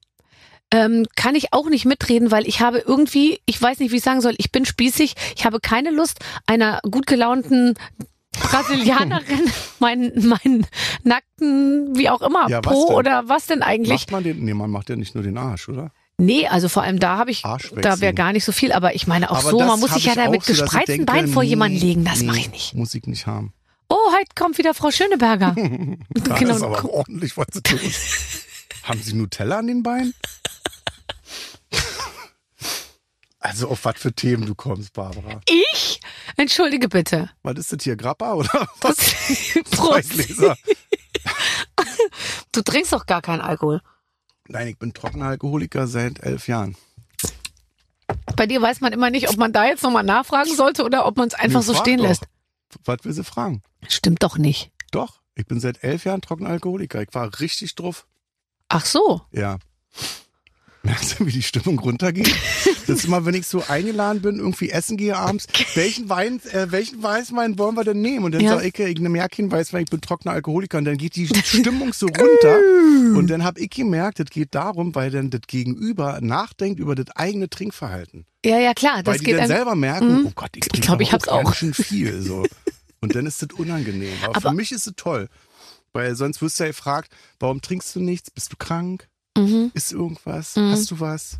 Ähm, kann ich auch nicht mitreden, weil ich habe irgendwie, ich weiß nicht, wie ich sagen soll, ich bin spießig, ich habe keine Lust, einer gut gelaunten Brasilianerin meinen meinen nackten, wie auch immer, Ja, was Po denn? oder was denn eigentlich? Macht man den, nee, man macht ja nicht nur den Arsch, oder? Nee, also vor allem da habe ich, Arschwechsel. da wäre gar nicht so viel, aber ich meine auch Aber so, das man muss hab sich ja ich da auch mit so, dass ich gespreizten denke, Beinen vor jemanden nee, legen, das nee, mache ich nicht. Muss ich nicht haben. Oh, heute kommt wieder Frau Schöneberger. Da Genau. ist aber ordentlich was zu tun. Haben Sie Nutella an den Beinen? Also auf was für Themen du kommst, Barbara. Ich? Entschuldige bitte. Was ist das hier, Grappa oder was? Prost. Zeugleser? Du trinkst doch gar keinen Alkohol. Nein, ich bin trockener Alkoholiker seit elf Jahren. Bei dir weiß man immer nicht, ob man da jetzt nochmal nachfragen sollte oder ob man es einfach Nee, so frag stehen doch. lässt. Was will sie fragen? Stimmt doch nicht. Doch, ich bin seit elf Jahren trockener Alkoholiker. Ich war richtig drauf. Ach so. Ja. Merkst du, wie die Stimmung runtergeht? Das ist immer, wenn ich so eingeladen bin, irgendwie essen gehe abends. Welchen Wein, äh, welchen Weißwein wollen wir denn nehmen? Und dann Ja. sag ich, äh, ich nehme ja keinen Weißwein, ich bin trockener Alkoholiker. Und dann geht die Stimmung so runter. Und dann habe ich gemerkt, das geht darum, weil dann das Gegenüber nachdenkt über das eigene Trinkverhalten. Ja, ja, klar. Weil Das die geht dann einem- selber merken, oh Gott, ich trinke glaub, ich aber hab's auch. ganz schön viel. So. Und dann ist das unangenehm. Aber, Aber- für mich ist es toll. Weil sonst wirst du ja gefragt, warum trinkst du nichts? Bist du krank? Mhm. Mhm. Ist irgendwas? Hast du was?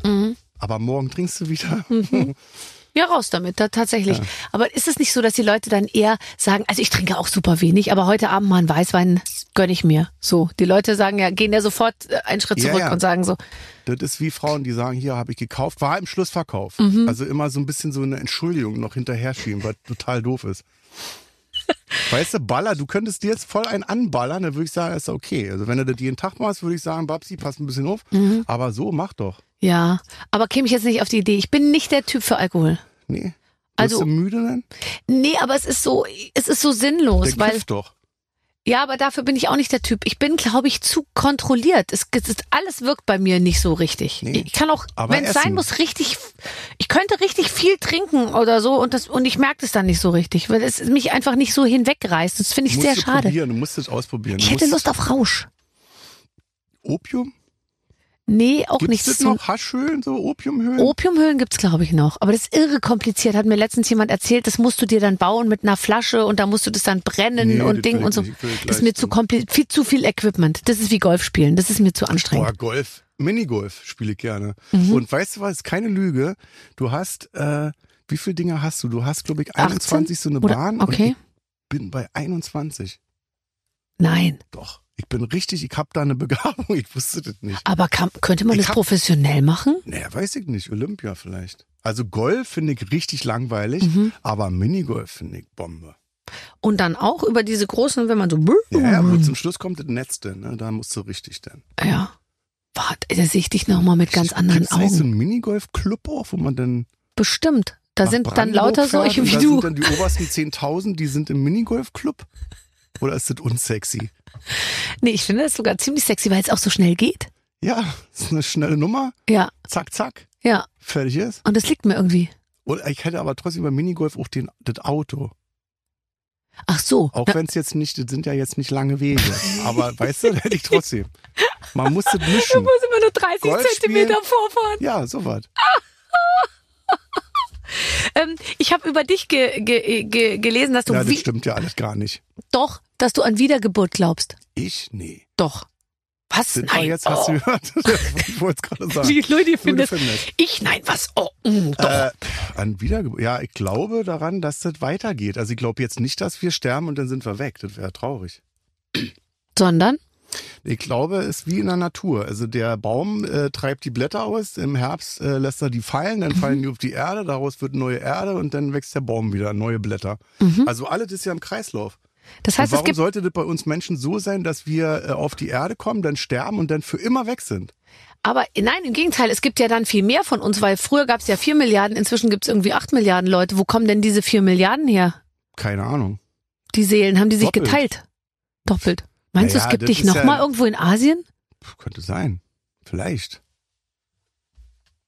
Aber morgen trinkst du wieder. Ja, raus damit, da, tatsächlich. Aber ist es nicht so, dass die Leute dann eher sagen, also ich trinke auch super wenig, aber heute Abend mal einen Weißwein gönne ich mir. So, die Leute sagen ja, gehen ja sofort äh, einen Schritt Ja, zurück ja. und sagen so, Das ist wie Frauen, die sagen, hier habe ich gekauft, war im Schlussverkauf. Mhm. Also immer so ein bisschen so eine Entschuldigung noch hinterher schieben, was total doof ist. Weißt du, Baller, du könntest dir jetzt voll einen anballern, dann würde ich sagen, ist okay. Also wenn du das jeden Tag machst, würde ich sagen, Babsi, pass ein bisschen auf. Mhm. Aber so, mach doch. ja, aber käme ich jetzt nicht auf die Idee, ich bin nicht der Typ für Alkohol. Nee. Also- Wirst du müde dann? Nee, aber es ist so, es ist so sinnlos, Dann weil kiff doch. ja, aber dafür bin ich auch nicht der Typ. Ich bin, glaube ich, zu kontrolliert. Es, es ist, alles wirkt bei mir nicht so richtig. Nee. Ich kann auch, Aber wenn es essen. sein muss, richtig, ich könnte richtig viel trinken oder so und das und ich merke das dann nicht so richtig, weil es mich einfach nicht so hinwegreißt. Das finde ich musst sehr du schade. Probieren, du musst es ausprobieren. Ich du hätte musst Lust auf Rausch. Opium? Nee, auch Gibt's nichts. das zum- noch? Haschhöhlen, so Opiumhöhlen? Opiumhöhlen gibt's glaube ich noch, aber das ist irre kompliziert. Hat mir letztens jemand erzählt, das musst du dir dann bauen mit einer Flasche und da musst du das dann brennen Nee, das und Ding will ich und so. nicht. Ich will Ist gleich mir zu so- kompliziert, viel zu viel Equipment. Das ist wie Golf spielen, das ist mir zu anstrengend. Boah, Golf. Minigolf spiele ich gerne. Mhm. Und weißt du was? Ist keine Lüge. Du hast, äh, wie viele Dinge hast du? Du hast, glaube ich, 21 so eine Oder- Bahn. okay. Und ich bin bei 21. Nein, Doch. Ich bin richtig, ich habe da eine Begabung. Ich wusste das nicht. aber kann, könnte man Ich das hab- professionell machen? Naja, weiß ich nicht. Olympia vielleicht. Also Golf finde ich richtig langweilig, Mhm. aber Minigolf finde ich Bombe. Und dann auch über diese großen, wenn man so. Ja, ja, Uh. wo zum Schluss kommt das Netz denn, ne? Da musst du richtig dann. ja. Warte, da sehe ich dich nochmal mit ganz anderen Gibt's nicht so Augen. einen Minigolf-Club auch, wo man dann Bestimmt. Da nach sind dann Brandenburg lauter fährt solche und wie da du. Sind dann die obersten 10.000, die sind im Minigolf-Club? Oder ist das unsexy? Nee, ich finde das sogar ziemlich sexy, weil es auch so schnell geht. Ja, ist eine schnelle Nummer. Ja, Zack, zack. ja. Fertig ist. Und das liegt mir irgendwie. Und ich hätte aber trotzdem bei Minigolf auch den, das Auto. Ach so. Auch wenn es jetzt nicht, das sind ja jetzt nicht lange Wege. Aber weißt du, das hätte ich trotzdem. Man muss das mischen. muss immer nur 30 Golf Zentimeter spielen. vorfahren. Ja, sowas. Ähm, ich habe über dich ge ge ge gelesen, dass du Ja, das wie, stimmt ja alles gar nicht. doch, dass du an Wiedergeburt glaubst. Ich? Nee. Doch. Was? Das war nein. jetzt, hast oh. du gehört? ich wollte es gerade sagen. Wie Leute findet. findest. Ich nein, was? Oh, mm, doch. Äh, an Wiedergeburt. Ja, ich glaube daran, dass das weitergeht. Also ich glaube jetzt nicht, dass wir sterben und dann sind wir weg. Das wäre traurig. Sondern? Ich glaube, es ist wie in der Natur. Also der Baum äh, treibt die Blätter aus, im Herbst äh, lässt er die fallen, Mhm. dann fallen die auf die Erde, daraus wird neue Erde und dann wächst der Baum wieder, neue Blätter. Also alles ist ja im Kreislauf. Mhm. Das heißt, und es warum gibt. sollte das bei uns Menschen so sein, dass wir äh, auf die Erde kommen, dann sterben und dann für immer weg sind? Aber nein, im Gegenteil, es gibt ja dann viel mehr von uns, weil früher gab es ja 4 Milliarden, inzwischen gibt es irgendwie 8 Milliarden Leute. Wo kommen denn diese 4 Milliarden her? Keine Ahnung. Die Seelen, haben die sich Doppelt. geteilt? Doppelt. Meinst du, Naja, es gibt das dich ist ja- nochmal mal irgendwo in Asien? Puh, könnte sein. Vielleicht.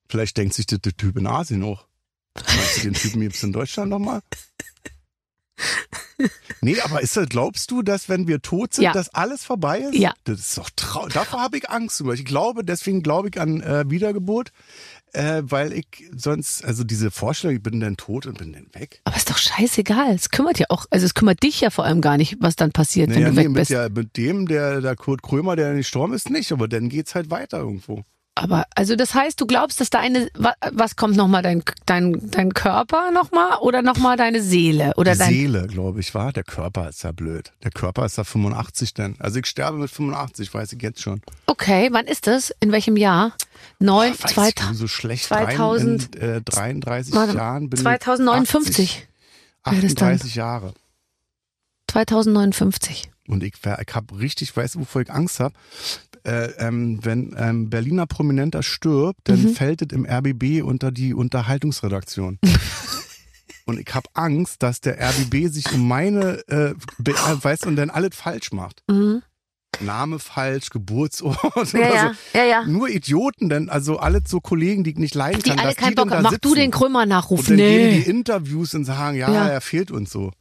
Vielleicht denkt sich der, der Typ in Asien auch. Meinst du, den Typen gibt's in Deutschland nochmal? Nee, aber ist das, glaubst du, dass wenn wir tot sind, Ja. dass alles vorbei ist? Ja. Das ist doch traurig. Davor habe ich Angst. zum Beispiel. Ich glaube, deswegen glaube ich an äh, Wiedergeburt, äh, weil ich sonst, also diese Vorstellung, ich bin dann tot und bin dann weg. Aber ist doch scheißegal. Es kümmert ja auch, also es kümmert dich ja vor allem gar nicht, was dann passiert, wenn Naja, du nee, weg mit, bist. der, mit dem, der, der Kurt Krömer, der gestorben ist, nicht. Aber dann geht's halt weiter irgendwo. Aber also das heißt, du glaubst, dass deine wa- was kommt nochmal dein dein dein Körper nochmal oder nochmal deine Seele oder die dein Seele, glaube ich, war. Der Körper ist ja blöd. Der Körper ist ja 85 denn. Also ich sterbe mit 85, weiß ich jetzt schon. Okay, wann ist das? In welchem Jahr? Neun, Weiß zwei, ich, so schlecht 2000 rein in äh, 33 Warte, Jahren bin 2059. ich 80, wäre das dann. 38 Jahre. 2059. Und ich, wär- ich habe richtig, weißt du, wovor ich Angst habe? Äh, ähm, wenn ein Berliner Prominenter stirbt, dann Mhm. fällt es im RBB unter die Unterhaltungsredaktion. und ich habe Angst, dass der RBB sich um meine, äh, be- äh, weißt du, und dann alles falsch macht. Name falsch, Geburtsort oder so. Mhm. ja, also, ja. Nur Idioten, denn also alle so Kollegen, die ich nicht leiden Die kann, alle dass keinen die dann Bock da haben. Mach sitzen. du den und Krümmer-Nachruf. dann gehen die Nee. Interviews und sagen, ja, Ja. er fehlt uns so.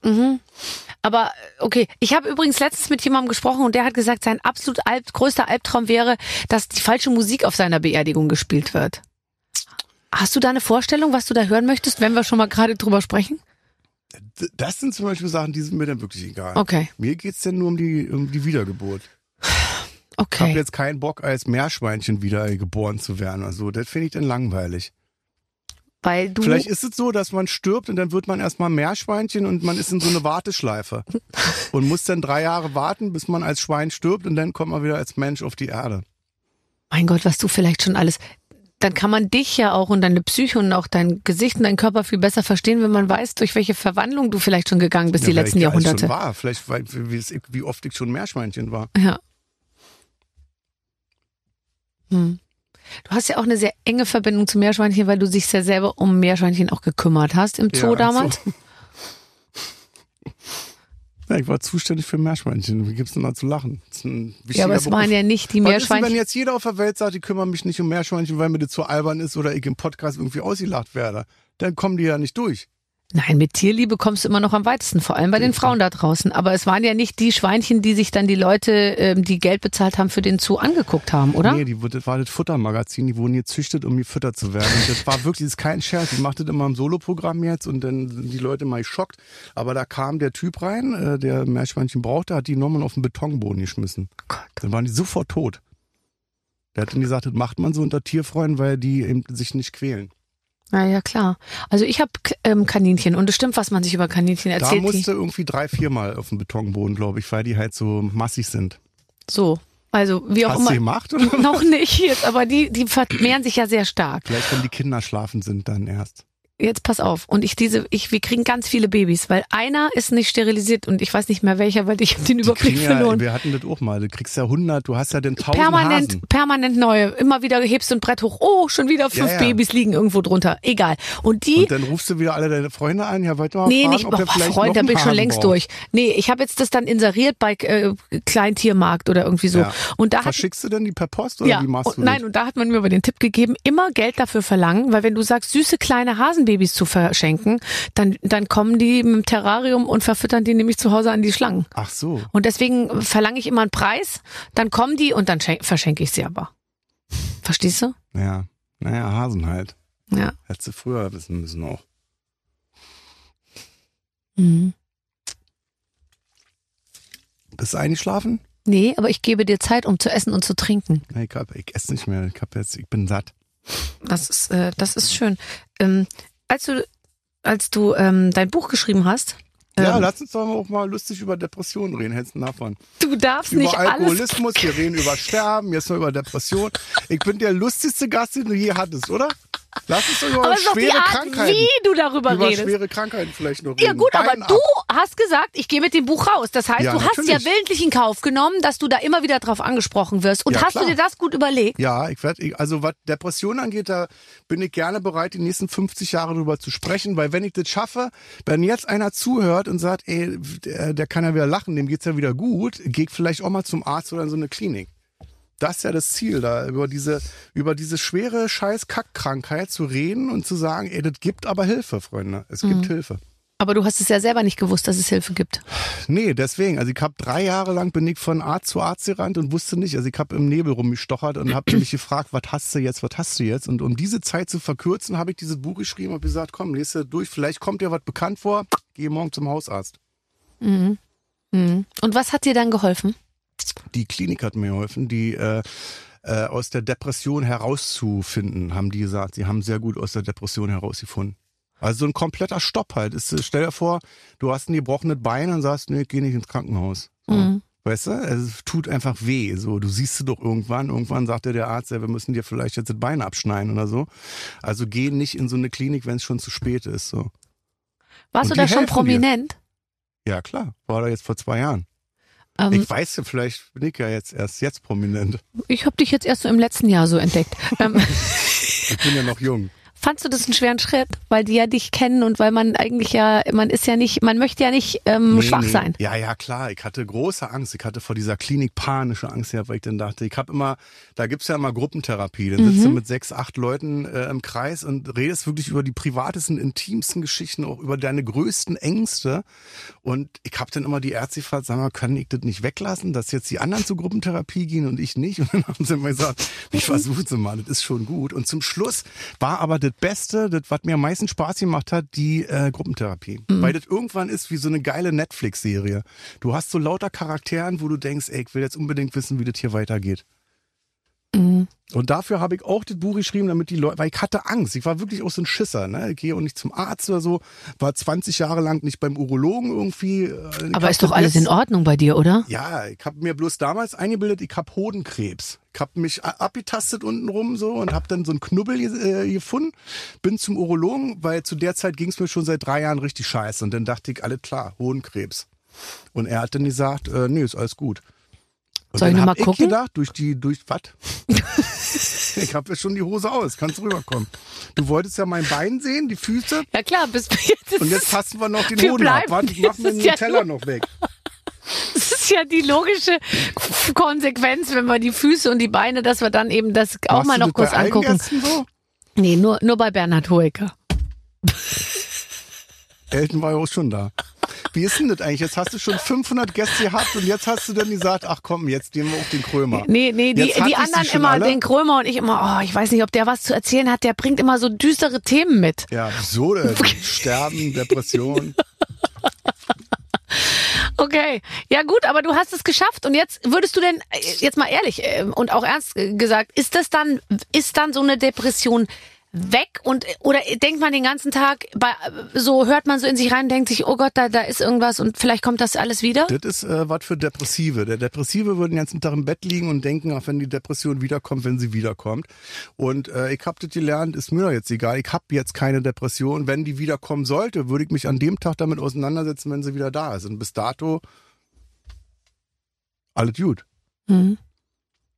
Aber okay, ich habe übrigens letztens mit jemandem gesprochen und der hat gesagt, sein absolut alb größter Albtraum wäre, dass die falsche Musik auf seiner Beerdigung gespielt wird. Hast du da eine Vorstellung, was du da hören möchtest, wenn wir schon mal gerade drüber sprechen? D- Das sind zum Beispiel Sachen, die sind mir dann wirklich egal. Okay, Mir geht's denn nur um die, um die Wiedergeburt. Ich habe okay. jetzt Mhm. keinen Bock, als Meerschweinchen wieder geboren zu werden. Also, das finde ich dann langweilig. Weil du. Vielleicht ist es so, dass man stirbt und dann wird man erstmal Meerschweinchen und man ist in so eine Warteschleife und muss dann drei Jahre warten, bis man als Schwein stirbt und dann kommt man wieder als Mensch auf die Erde. mein Gott, was du vielleicht schon alles. Dann kann man dich ja auch und deine Psyche und auch dein Gesicht und deinen Körper viel besser verstehen, wenn man weiß, durch welche Verwandlung du vielleicht schon gegangen bist die Ja, letzten weil ich alles Schon Jahrhunderte. war. Vielleicht, weil, wie, es- wie oft ich schon Meerschweinchen war. Ja. Hm. Du hast ja auch eine sehr enge Verbindung zu Meerschweinchen, weil du dich ja selber um Meerschweinchen auch gekümmert hast im Zoo Ja, damals. so. Ja, ich war zuständig für Meerschweinchen. Wie gibt's denn da zu lachen? Das ist ein Ja, aber es wichtiger waren Beruf. ja nicht die Was ist denn, wenn Meerschweinchen. jetzt jeder auf der Welt sagt, ich kümmere mich nicht um Meerschweinchen, weil mir das zu albern ist oder ich im Podcast irgendwie ausgelacht werde? Dann kommen die ja nicht durch. Nein, mit Tierliebe kommst du immer noch am weitesten, vor allem bei den Frauen da draußen. Aber es waren ja nicht die Schweinchen, die sich dann die Leute, ähm, die Geld bezahlt haben, für den Zoo angeguckt haben, oder? Nee, die, das war das Futtermagazin, die wurden gezüchtet, um gefüttert zu werden. Und das war wirklich, das ist kein Scherz. Die macht das immer im Soloprogramm jetzt und dann sind die Leute mal geschockt. Aber da kam der Typ rein, äh, der Meerschweinchen brauchte, hat die genommen und auf den Betonboden geschmissen. Dann waren die sofort tot. Der hat dann gesagt, das macht man so unter Tierfreunden, weil die eben sich nicht quälen. Na ja, klar. Also ich habe ähm, Kaninchen und es stimmt, was man sich über Kaninchen da erzählt. die- musste irgendwie drei, viermal auf den Betonboden, glaube ich, weil die halt so massig sind. So, also wie auch Hast du immer. gemacht? Oder? Noch nicht jetzt, aber die, die vermehren sich ja sehr stark. Vielleicht, wenn die Kinder schlafen sind, dann erst. jetzt pass auf. Und ich diese, ich, wir kriegen ganz viele Babys, weil einer ist nicht sterilisiert und ich weiß nicht mehr welcher, weil ich habe den Die Überblick kriegen ja, verloren. wir hatten das auch mal. Du kriegst ja 100, du hast ja den 1000 Permanent, Hasen. permanent neue. Immer wieder hebst du ein Brett hoch. Oh, schon wieder fünf ja. Babys liegen irgendwo drunter. Egal. Und die, Und dann rufst du wieder alle deine Freunde ein. Ja, wollt ihr mal nee, fragen, nicht, ob oh, ihr vielleicht Freund, noch da einen bin ich schon Hasen längst braucht. durch. Nee, ich habe jetzt das dann inseriert bei äh, Kleintiermarkt oder irgendwie so. Ja. Und da hat Verschickst du denn die per Post oder wie machst und, du Nein, das? und da hat man mir aber den Tipp gegeben, immer Geld dafür verlangen, weil wenn du sagst, süße kleine Hasenbabys zu verschenken, dann, dann kommen die mit dem Terrarium und verfüttern die nämlich zu Hause an die Schlangen. Ach so. Und deswegen verlange ich immer einen Preis, dann kommen die und dann schen- verschenke ich sie aber. Verstehst du? Ja. Naja, Hasen halt. Ja. Hättest du früher wissen müssen auch. Mhm. Bist du eingeschlafen? Nee, aber ich gebe dir Zeit, um zu essen und zu trinken. Nee, ich, hab, ich esse nicht mehr. Ich, hab jetzt, ich bin satt. Das ist, äh, das ist schön. Ähm, als du, als du ähm, dein Buch geschrieben hast, Ja, ähm, lass uns doch auch mal lustig über Depressionen reden. Hältst du davon? du darfst Über nicht alles Alkoholismus, wir reden über Sterben, jetzt mal über Depression. Ich bin der lustigste Gast, den du je hattest, oder? Lass uns doch über Aber es ist doch die schwere Art, Krankheiten. wie du darüber über redest. schwere Krankheiten vielleicht noch reden. Ja gut, aber Bein du ab. hast gesagt, ich gehe mit dem Buch raus. Das heißt, Ja, du hast ja natürlich. willentlich in Kauf genommen, dass du da immer wieder drauf angesprochen wirst. Und Ja, hast klar. du dir das gut überlegt? Ja, ich werde, also was Depressionen angeht, da bin ich gerne bereit, die nächsten 50 Jahre drüber zu sprechen, weil wenn ich das schaffe, wenn jetzt einer zuhört und sagt, ey, der, der kann ja wieder lachen, dem geht's ja wieder gut, geh ich vielleicht auch mal zum Arzt oder in so eine Klinik. Das ist ja das Ziel, da über diese, über diese schwere Scheiß-Kack-Krankheit zu reden und zu sagen, ey, das gibt aber Hilfe, Freunde. Es gibt Hilfe. Aber du hast es ja selber nicht gewusst, dass es Hilfe gibt. Nee, deswegen. Also ich habe drei Jahre lang bin ich von Arzt zu Arzt gerannt und wusste nicht. Also ich habe im Nebel rumgestochert und habe mich gefragt, was hast du jetzt, was hast du jetzt? Und um diese Zeit zu verkürzen, habe ich dieses Buch geschrieben und gesagt, komm, lese durch, vielleicht kommt dir was bekannt vor, geh morgen zum Hausarzt. Mhm. Und was hat dir dann geholfen? Die Klinik hat mir geholfen, die äh, äh, aus der Depression herauszufinden, haben die gesagt. Sie haben sehr gut aus der Depression herausgefunden. Also so ein kompletter Stopp halt. Ist, äh, stell dir vor, du hast ein gebrochenes Bein und sagst, nee, geh nicht ins Krankenhaus. So. Mhm. Weißt du, also es tut einfach weh. So, du siehst sie doch irgendwann. Irgendwann sagt dir der Arzt, ja, wir müssen dir vielleicht jetzt das Bein abschneiden oder so. Also geh nicht in so eine Klinik, wenn es schon zu spät ist. So. Warst Und du die da schon helfen dir. prominent? Ja, klar. War da jetzt vor zwei Jahren. Ähm, Ich weiß ja, vielleicht bin ich ja jetzt erst jetzt prominent. ich habe dich jetzt erst so im letzten Jahr so entdeckt. ähm, Ich bin ja noch jung. fandst du das einen schweren Schritt? Weil die ja dich kennen und weil man eigentlich ja, man ist ja nicht, man möchte ja nicht ähm, Nee, schwach nee. sein. Ja, ja, klar. Ich hatte große Angst. Ich hatte vor dieser Klinik panische Angst gehabt, weil ich dann dachte, ich habe immer, da gibt's ja immer Gruppentherapie. Dann sitzt du mit sechs, acht Leuten äh, im Kreis und redest wirklich über die privatesten, intimsten Geschichten, auch über deine größten Ängste. Und ich habe dann immer die Ärzte gefragt, sag mal, kann ich das nicht weglassen, dass jetzt die anderen zur Gruppentherapie gehen und ich nicht? Und dann haben sie immer gesagt, ich versuche mal, das ist schon gut. Und zum Schluss war aber das Beste, das, was mir am meisten Spaß gemacht hat, die äh, Gruppentherapie. Weil das irgendwann ist wie so eine geile Netflix-Serie. Du hast so lauter Charakteren, wo du denkst, ey, ich will jetzt unbedingt wissen, wie das hier weitergeht. Mhm. Und dafür habe ich auch das Buch geschrieben, damit die Leute, weil ich hatte Angst. Ich war wirklich auch so ein Schisser, ne? Ich gehe auch nicht zum Arzt oder so, war 20 Jahre lang nicht beim Urologen irgendwie. äh, ich Aber hab ist doch das alles jetzt- in Ordnung bei dir, oder? Ja, ich habe mir bloß damals eingebildet, ich habe Hodenkrebs. Ich habe mich a- abgetastet untenrum so und habe dann so einen Knubbel ge- äh, gefunden. Bin zum Urologen, weil zu der Zeit ging es mir schon seit drei Jahren richtig scheiße. Und dann dachte ich, alles klar, Hodenkrebs. Und er hat dann gesagt, äh, nee, ist alles gut. Und Soll ich noch dann mal hab gucken? Ich gedacht, durch die, durch was? ich habe ja schon die Hose aus, kannst rüberkommen. Du wolltest ja mein Bein sehen, die Füße. Ja klar, bis jetzt ist Und jetzt tasten wir noch den Wir Hoden ab. bleiben- Warte, ich mach mir das den ist ja Teller noch weg. Das ist ja die logische Konsequenz, wenn wir die Füße und die Beine, dass wir dann eben das auch Machst mal du noch das kurz bei allen angucken. Gästen So? Nee, nur, nur bei Bernhard Hoeker. Elton war ja auch schon da. Wie ist denn das eigentlich? Jetzt hast du schon 500 Gäste gehabt und jetzt hast du dann gesagt, ach komm, jetzt nehmen wir auch den Krömer. Nee, nee, die, Jetzt hatte die ich sie anderen schon immer, alle. den Krömer und ich immer, oh, ich weiß nicht, ob der was zu erzählen hat, der bringt immer so düstere Themen mit. Ja, so, äh, Sterben, Depression. Okay, ja gut, aber du hast es geschafft und jetzt würdest du denn, äh, jetzt mal ehrlich äh, und auch ernst äh, gesagt, ist das dann, ist dann so eine Depression weg und oder denkt man den ganzen Tag, bei, so hört man so in sich rein, und denkt sich, oh Gott, da, da ist irgendwas und vielleicht kommt das alles wieder? Das ist äh, was für Depressive. Der Depressive würde den ganzen Tag im Bett liegen und denken, auch wenn die Depression wiederkommt, wenn sie wiederkommt. Und äh, ich habe das gelernt, ist mir doch jetzt egal. Ich habe jetzt keine Depression. Wenn die wiederkommen sollte, würde ich mich an dem Tag damit auseinandersetzen, wenn sie wieder da ist. Und bis dato alles gut. Mhm.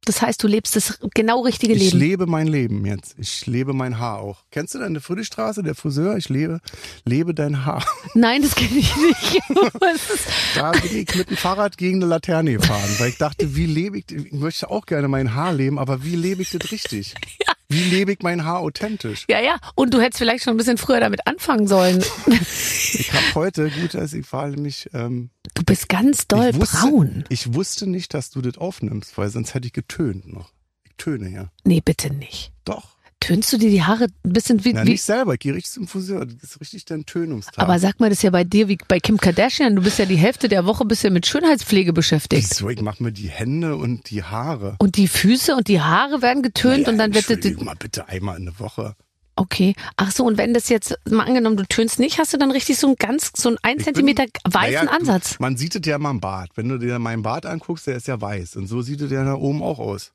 Das heißt, du lebst das genau richtige Ich Leben. lebe mein Leben jetzt. Ich lebe mein Haar auch. Kennst du deine Friedrichstraße, der Friseur? Ich lebe, lebe dein Haar. Nein, das kenne ich nicht. Das ist- Da bin ich mit dem Fahrrad gegen eine Laterne gefahren, weil ich dachte, wie lebe ich, ich möchte auch gerne mein Haar leben, aber wie lebe ich das richtig? Wie lebe ich mein Haar authentisch? ja, ja. Und du hättest vielleicht schon ein bisschen früher damit anfangen sollen. Ich habe heute, gut, dass ich war nämlich, ähm, Du bist ganz doll ich, wusste, braun. ich wusste nicht, dass du das aufnimmst, weil sonst hätte ich getönt noch. Ich töne ja. Nee, bitte nicht. Doch. Tönst du dir die Haare ein bisschen wie, Na, wie nicht selber, ich gehe richtig zum Friseur. Das ist richtig dein Tönungstag. Aber sag mal, das ist ja bei dir wie bei Kim Kardashian. Du bist ja die Hälfte der Woche bist ja mit Schönheitspflege beschäftigt. Wieso? Ich mache mir die Hände und die Haare. Und die Füße und die Haare werden getönt und dann wird das. Entschuldigung, mal bitte einmal in der Woche. Okay. Ach so, und wenn das jetzt mal angenommen, du tönst nicht, hast du dann richtig so einen ganz, so einen 1 Ich Zentimeter bin- weißen Naja, du- Ansatz. Man sieht es ja immer im Bart. Wenn du dir meinen Bart anguckst, der ist ja weiß. Und so sieht es ja da oben auch aus.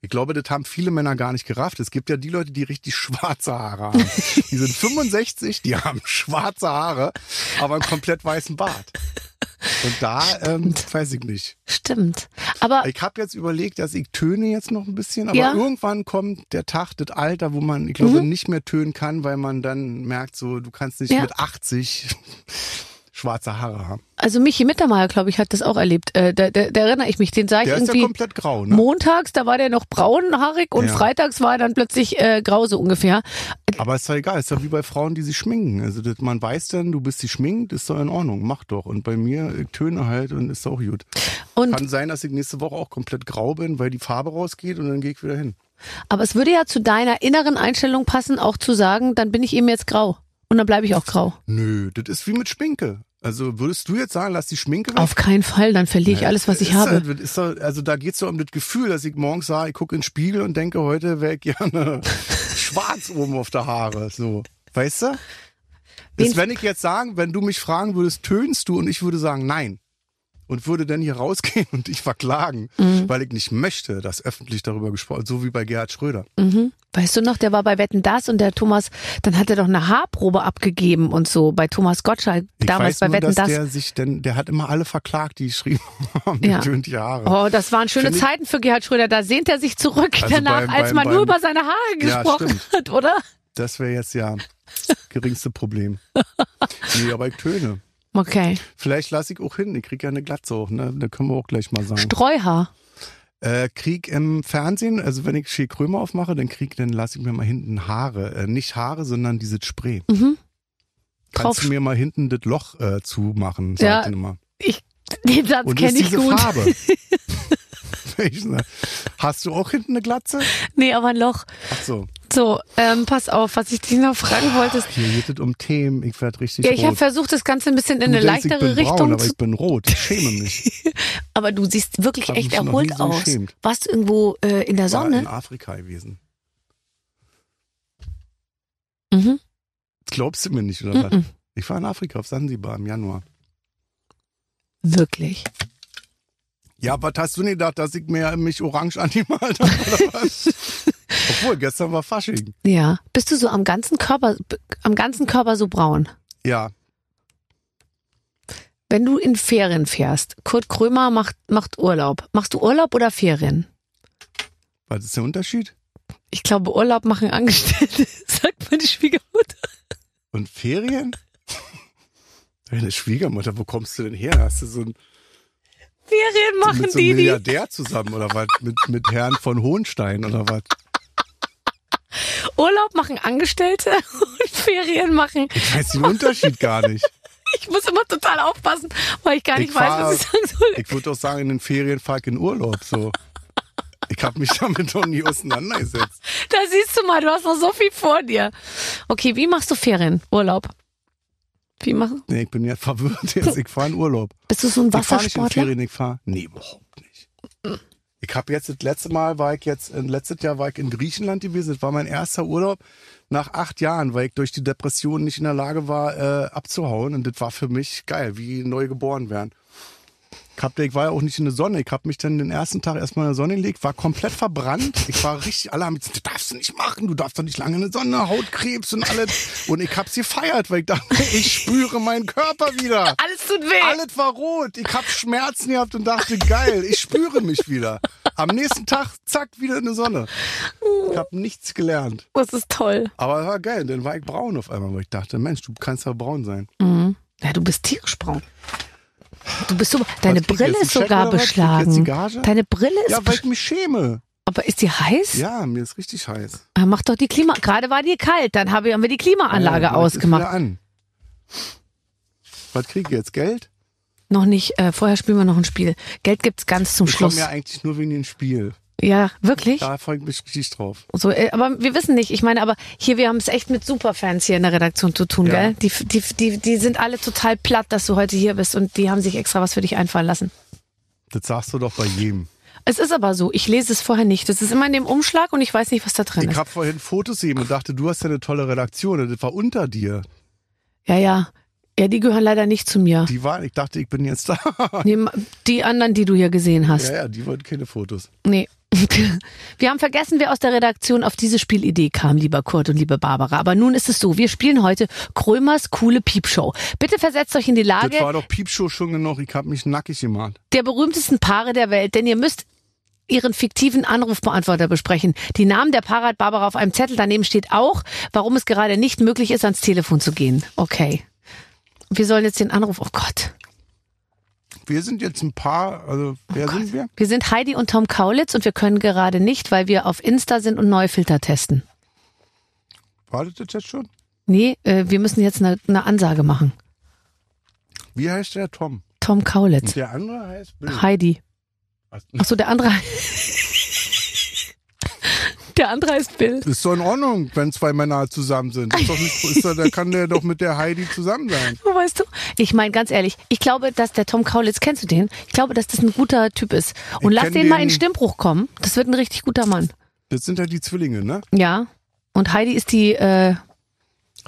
Ich glaube, das haben viele Männer gar nicht gerafft. Es gibt ja die Leute, die richtig schwarze Haare haben. Die sind 65, die haben schwarze Haare, aber einen komplett weißen Bart. Und da, ähm, weiß ich nicht. Stimmt. Aber Ich habe jetzt überlegt, dass ich töne jetzt noch ein bisschen, aber Ja. Mhm. irgendwann kommt der Tag, das Alter, wo man, ich glaube, nicht mehr tönen kann, weil man dann merkt, so, du kannst nicht Ja. mit 80 schwarze Haare haben. also Michi Mittermeier, glaube ich, hat das auch erlebt. Äh, da, da, da erinnere ich mich. Den sah ich Der ist ja irgendwie komplett grau, ne? montags, da war der noch braunhaarig und Ja. freitags war er dann plötzlich äh, grau so ungefähr. Aber ist doch egal, ist doch wie bei Frauen, die sich schminken. Also das, man weiß dann, du bist sie schminkt, ist doch in Ordnung, mach doch. Und bei mir ich töne halt und ist auch gut. Und Kann sein, dass ich nächste Woche auch komplett grau bin, weil die Farbe rausgeht und dann gehe ich wieder hin. Aber es würde ja zu deiner inneren Einstellung passen, auch zu sagen, dann bin ich eben jetzt grau. Und dann bleibe ich auch grau. Nö, das ist wie mit Schminke. Also würdest du jetzt sagen, lass die Schminke weg? Auf keinen Fall, dann verliere ich alles, was ich ist habe. Halt, ist halt, also da geht's doch um das Gefühl, dass ich morgens sage, ich gucke in den Spiegel und denke, heute wäre ich gerne schwarz oben auf der Haare. So. Weißt du? Wen- Ist, wenn ich jetzt sagen, wenn du mich fragen würdest, tönst du und ich würde sagen, nein. Und würde dann hier rausgehen und dich verklagen, Mhm. weil ich nicht möchte, dass öffentlich darüber gesprochen so wie bei Gerhard Schröder. Mhm. Weißt du noch, der war bei Wetten das und der Thomas, dann hat er doch eine Haarprobe abgegeben und so bei Thomas Gottschalk Ich damals weiß bei nur, Wetten dass das. der sich denn, der hat immer alle verklagt, die geschrieben haben, Ja. ja. tönt die Haare. Oh, das waren schöne Find ich- Zeiten für Gerhard Schröder. Da sehnt er sich zurück Also danach, beim- als beim- man nur beim- über seine Haare Ja, gesprochen stimmt. hat, oder? Das wäre jetzt ja geringste Problem. Nee, aber ich töne. Okay. Vielleicht lasse ich auch hin. Ich krieg ja eine Glatze auch, ne? Da können wir auch gleich mal sagen. Streuhaar. Äh, krieg im Fernsehen, also wenn ich Schill Krömer aufmache, dann krieg, dann lasse ich mir mal hinten Haare. Äh, nicht Haare, sondern dieses Spray. Mhm. Kannst Drauf- du mir mal hinten das Loch äh, zumachen, sagt Ja, ja, immer. Ich, den Satz Und kenne ist ich diese gut. Farbe. Welchen? Hast du auch hinten eine Glatze? Nee, aber ein Loch. Ach so. So, ähm, pass auf, was ich dich noch fragen wollte. ist- Hier geht es um Themen. Ich werde richtig Ja, rot. ich habe versucht, das Ganze ein bisschen in Du eine denkst, ich bin leichtere Richtung braun, aber zu ich bin rot. Ich schäme mich. Aber du siehst wirklich Hab echt mich noch nie erholt so aus. geschämt. Warst du irgendwo äh, in der Ich war in Sonne? Afrika gewesen. Mhm. Das glaubst du mir nicht, oder was? Mhm. Ich war in Afrika auf Sansibar im Januar. Wirklich. Ja, was hast du denn gedacht, dass ich mir mich orange angemalt habe, oder was? Obwohl, gestern war Fasching. Ja. Bist du so am ganzen Körper, b- am ganzen Körper so braun? Ja, Wenn du in Ferien fährst, Kurt Krömer macht, macht Urlaub. Machst du Urlaub oder Ferien? was ist der Unterschied? Ich glaube, Urlaub machen Angestellte, sagt meine Schwiegermutter. Und Ferien? Deine Schwiegermutter, wo kommst du denn her? Hast du so einen, Ferien machen mit so die, einem die. Milliardär zusammen oder was? Mit, mit Herrn von Hohenstein oder was? Urlaub machen Angestellte und Ferien machen. Ich weiß den Unterschied gar nicht. Ich muss immer total aufpassen, weil ich gar Ich nicht weiß, fahr- was ich sagen soll. Ich würde auch sagen, in den Ferien fahr ich in Urlaub. So. Ich habe mich damit noch nie auseinandergesetzt. Da siehst du mal, du hast noch so viel vor dir. Okay, wie machst du Ferien, Urlaub? Wie mach, Nee, ich bin ja verwirrt jetzt. Ich fahre in Urlaub. bist du so ein Ich fahre nicht in Wassersportler? Ferien, ich fahre. Nee, überhaupt nicht. Ich habe jetzt das letzte Mal war ich jetzt, äh, letztes Jahr war ich in Griechenland gewesen. Das war mein erster Urlaub nach acht Jahren, weil ich durch die Depression nicht in der Lage war, äh, abzuhauen. Und das war für mich geil, wie neu geboren werden. Ich, hab, ich war ja auch nicht in der Sonne. Ich habe mich dann den ersten Tag erstmal in der Sonne gelegt, war komplett verbrannt. Ich war richtig, alle haben gesagt, das darfst du nicht machen, du darfst doch nicht lange in der Sonne, Hautkrebs und alles. Und ich hab's gefeiert, weil ich dachte, ich spüre meinen Körper wieder. Alles tut weh. Alles war rot. Ich habe Schmerzen gehabt und dachte, geil, ich spüre mich wieder. Am nächsten Tag, zack, wieder in die Sonne. Ich habe nichts gelernt. Das ist toll. Aber war geil. Dann war ich braun auf einmal, weil ich dachte, Mensch, du kannst ja braun sein. Ja, du bist tierisch braun. Du bist so, deine krieg ich jetzt, Brille ist einen Scheck sogar oder was? Krieg ich jetzt die beschlagen. Gage? Deine Brille ist, Ja, weil besch- ich mich schäme. aber ist die heiß? Ja, mir ist richtig heiß. Ah, Mach doch die Klima, gerade war dir kalt, dann habe- haben wir die Klimaanlage ja, jetzt ist wieder ausgemacht. An. Was kriege ich jetzt? Geld? Noch nicht, äh, vorher spielen wir noch ein Spiel. Geld gibt's ganz zum Ich Schluss. komme ja eigentlich nur wegen dem Spiel. ja, wirklich? Da freue ich mich richtig drauf. So, äh, aber wir wissen nicht. Ich meine, aber hier, wir haben es echt mit Superfans hier in der Redaktion zu tun, Ja. gell? Die, die, die, die sind alle total platt, dass du heute hier bist und die haben sich extra was für dich einfallen lassen. Das sagst du doch bei jedem. Es ist aber so, ich lese es vorher nicht. Das ist immer in dem Umschlag und ich weiß nicht, was da drin Ich ist. habe vorhin Fotos gesehen und dachte, du hast ja eine tolle Redaktion. und Das war unter dir. Ja, ja. Ja, die gehören leider nicht zu mir. Die waren, ich dachte, ich bin jetzt da. Die, die anderen, die du hier gesehen hast. ja, ja, die wollten keine Fotos. Nee. Wir haben vergessen, wer aus der Redaktion auf diese Spielidee kam, lieber Kurt und liebe Barbara. Aber nun ist es so, wir spielen heute Krömers coole Piepshow. Bitte versetzt euch in die Lage, Das war doch Piepshow schon genug. Ich habe mich nackig gemacht. der berühmtesten Paare der Welt, denn ihr müsst ihren fiktiven Anrufbeantworter besprechen. Die Namen der Paare hat Barbara auf einem Zettel. Daneben steht auch, warum es gerade nicht möglich ist, ans Telefon zu gehen. Okay. Wir sollen jetzt den Anruf. Oh Gott. Wir sind jetzt ein paar, also wer Oh sind wir? Wir sind Heidi und Tom Kaulitz und wir können gerade nicht, weil wir auf Insta sind und neue Filter testen. Wartet das jetzt schon? Nee, äh, wir müssen jetzt eine, eine Ansage machen. Wie heißt der Tom? Tom Kaulitz. Und der andere heißt Bill. Heidi. Was? Achso, der andere. der andere heißt Bill. Ist doch in Ordnung, wenn zwei Männer zusammen sind. Ist doch nicht, ist doch, da kann der doch mit der Heidi zusammen sein. Oh, Weißt du, ich meine ganz ehrlich, ich glaube, dass der Tom Kaulitz, kennst du den? Ich glaube, dass das ein guter Typ ist. Und Ich lass kenn den, mal in den- Stimmbruch kommen. Das wird ein richtig guter Mann. Das sind ja die Zwillinge, ne? Ja. Und Heidi ist die, äh,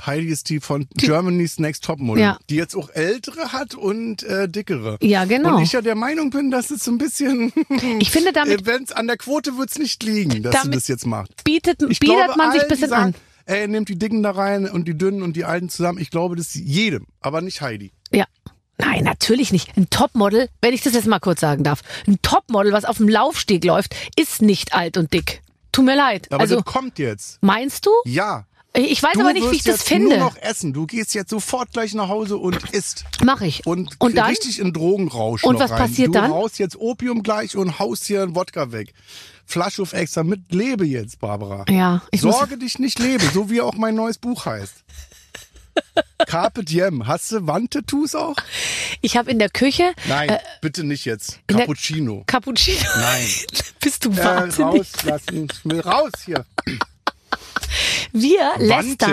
Heidi ist die von Germany's Next Topmodel, Ja. die jetzt auch ältere hat und äh, dickere. ja genau. Und ich Ich, ja der Meinung bin, dass es so ein bisschen, finde, damit wenn's an der Quote wird's nicht liegen, dass Damit- sie das jetzt macht. bietet, Ich bietet glaube, man sich allen, ein bisschen die sagen, an. Ey, nehmt die Dicken da rein und die Dünnen und die Alten zusammen. Ich glaube, das ist jedem, aber nicht Heidi. Ja. Nein, natürlich nicht. Ein Topmodel, wenn ich das jetzt mal kurz sagen darf, ein Topmodel, was auf dem Laufsteg läuft, ist nicht alt und dick. Tut mir leid. Aber also, das kommt jetzt. meinst du? Ja. Ich weiß Du aber nicht, wie wirst ich das jetzt finde. nur noch essen. Du gehst jetzt sofort gleich nach Hause und isst. Mach ich. Und, und dann? richtig in Drogenrausch Und noch was rein. passiert du dann? Du haust jetzt Opium gleich und haust hier einen Wodka weg. Flasche auf extra mit Lebe jetzt, Barbara. Ja, ich muss- Sorge dich nicht lebe, so wie auch mein neues Buch heißt. Carpe Diem. Hast du Wandtattoos auch? Ich habe in der Küche Nein, bitte nicht jetzt. in der- Cappuccino. Cappuccino. Nein. Bist du Äh, wahnsinnig? rauslassen. Ich will raus hier. Wir lästern.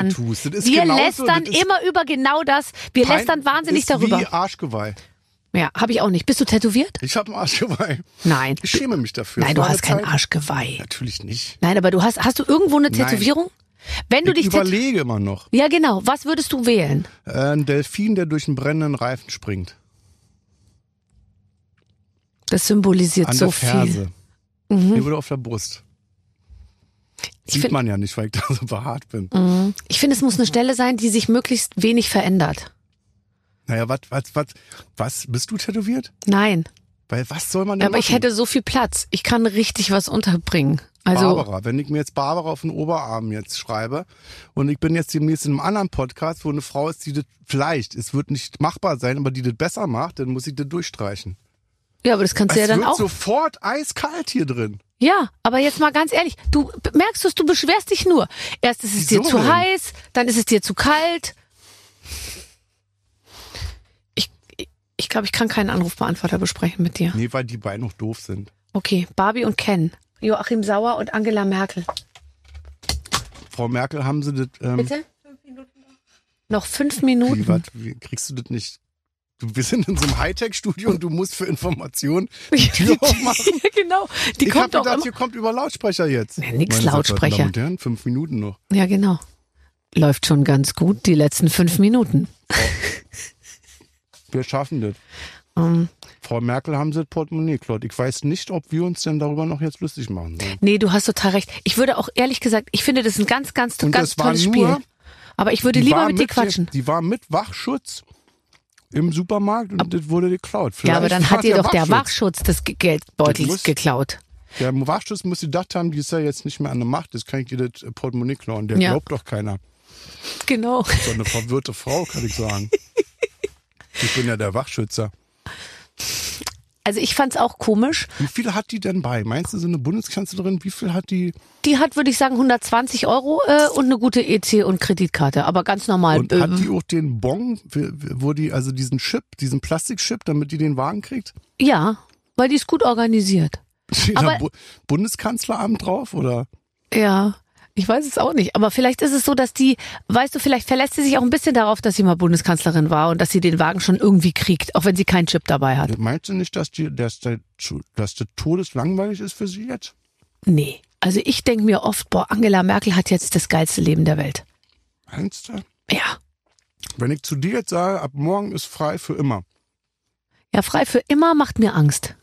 Wandtattoos, das ist wir genauso, lästern das ist immer über genau das. Wir Pein- lästern wahnsinnig ist darüber. Wie Arschgeweih. Ja, habe ich auch nicht. Bist du tätowiert? Ich habe ein Arschgeweih. Nein. Ich schäme mich dafür. Nein, Es du war hast eine kein Zeit- Arschgeweih. Natürlich nicht. Nein, aber du hast hast du irgendwo eine Nein. Tätowierung? Wenn du Ich dich tätowierst. überlege immer noch. Ja, genau. Was würdest du wählen? Äh, ein Delfin, der durch einen brennenden Reifen springt. Das symbolisiert An so der viel. Mhm. Ferse. Mir würde auf der Brust. Ich Sieht find- Mhm. man ja nicht, weil ich da so behaart bin. Ich finde, es muss eine Stelle sein, die sich möglichst wenig verändert. Naja, was, was, was, was, bist du tätowiert? Nein, Weil was soll man denn aber ich machen? hätte so viel Platz. Ich kann richtig was unterbringen. Also Barbara, wenn ich mir jetzt Barbara auf den Oberarm jetzt schreibe und ich bin jetzt demnächst in einem anderen Podcast, wo eine Frau ist, die das vielleicht, es wird nicht machbar sein, aber die das besser macht, dann muss ich das durchstreichen. ja, aber das kannst du ja es dann wird auch. sofort eiskalt hier drin. Ja, aber jetzt mal ganz ehrlich, du merkst es, du beschwerst dich nur. Erst ist es dir Wieso zu denn? heiß, dann ist es dir zu kalt. Ich, ich glaube, ich kann keinen Anrufbeantworter besprechen mit dir. Nee, weil die beiden noch doof sind. Okay, Barbie und Ken. Joachim Sauer und Angela Merkel. Frau Merkel, haben sie das, ähm, Bitte? Noch fünf wie, Minuten. wat, wie kriegst du das nicht? Du bist in so einem Hightech-Studio und du musst für Informationen die Tür aufmachen. genau, die ich hab kommt doch gedacht, immer. hier kommt über Lautsprecher jetzt. Nee, nix Meine sehr verehrten Lautsprecher. Damen und Herren, fünf Minuten noch. Ja, genau. Läuft schon ganz gut, die letzten fünf Minuten. Wir schaffen das. Ähm, Frau Merkel haben sie das Portemonnaie klaut. Ich weiß nicht, ob wir uns denn darüber noch jetzt lustig machen sollen. nee, du hast total recht. Ich würde auch ehrlich gesagt, ich finde das ist ein ganz, ganz, Und ganz das war tolles nur- Spiel. Aber ich würde lieber war mit dir quatschen. Die war mit Wachschutz im Supermarkt und das wurde geklaut. Ja, aber Vielleicht dann war hat dir doch der Wachschutz des Ge- Geldbeutels Das muss- geklaut. Der Wachschutz muss gedacht haben, die ist ja jetzt nicht mehr an der Macht, das kann ich dir das Portemonnaie klauen. Der Ja. glaubt doch keiner. Genau. So eine verwirrte Frau, kann ich sagen. ich bin ja der Wachschützer. Also ich fand's auch komisch. Wie viel hat die denn bei? Meinst du, so eine Bundeskanzlerin, wie viel hat die? Die hat, würde ich sagen, 120 Euro äh, und eine gute EC und Kreditkarte. Aber ganz normal. Und äh, hat die auch den Bon, wo die, also diesen Chip, diesen Plastikchip, damit die den Wagen kriegt? ja, weil die ist gut organisiert. Steht Aber- da Bu Bundeskanzleramt drauf oder? Ja, ich weiß es auch nicht. Aber vielleicht ist es so, dass die, weißt du, vielleicht verlässt sie sich auch ein bisschen darauf, dass sie mal Bundeskanzlerin war und dass sie den Wagen schon irgendwie kriegt, auch wenn sie keinen Chip dabei hat. Meinst du nicht, dass die, dass der, zu- dass der todeslangweilig ist für sie jetzt? Nee. Also ich denke mir oft, boah, Angela Merkel hat jetzt das geilste Leben der Welt. Meinst du? Ja. Wenn ich zu dir jetzt sage, ab morgen ist frei für immer, Ja, frei für immer macht mir Angst.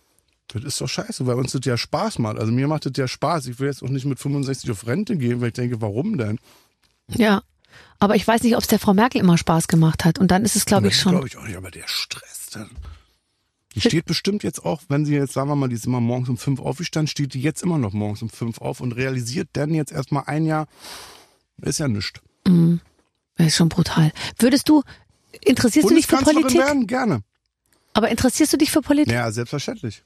das ist doch scheiße, weil uns das ja Spaß macht. Also mir macht das ja Spaß. Ich will jetzt auch nicht mit 65 auf Rente gehen, weil ich denke, warum denn? Ja. Aber ich weiß nicht, ob es der Frau Merkel immer Spaß gemacht hat. Und dann ist es, glaube ich, schon. Glaube ich auch nicht, aber der Stress dann. Die steht bestimmt jetzt auch, wenn sie jetzt, sagen wir mal, die ist immer morgens um fünf aufgestanden, steht die jetzt immer noch morgens um fünf auf und realisiert dann jetzt erstmal ein Jahr, ist ja nichts. Das ist schon brutal. Würdest du, interessierst du dich für Bundeskanzlerin Politik? werden? Gerne. Aber interessierst du dich für Politik? Ja, selbstverständlich.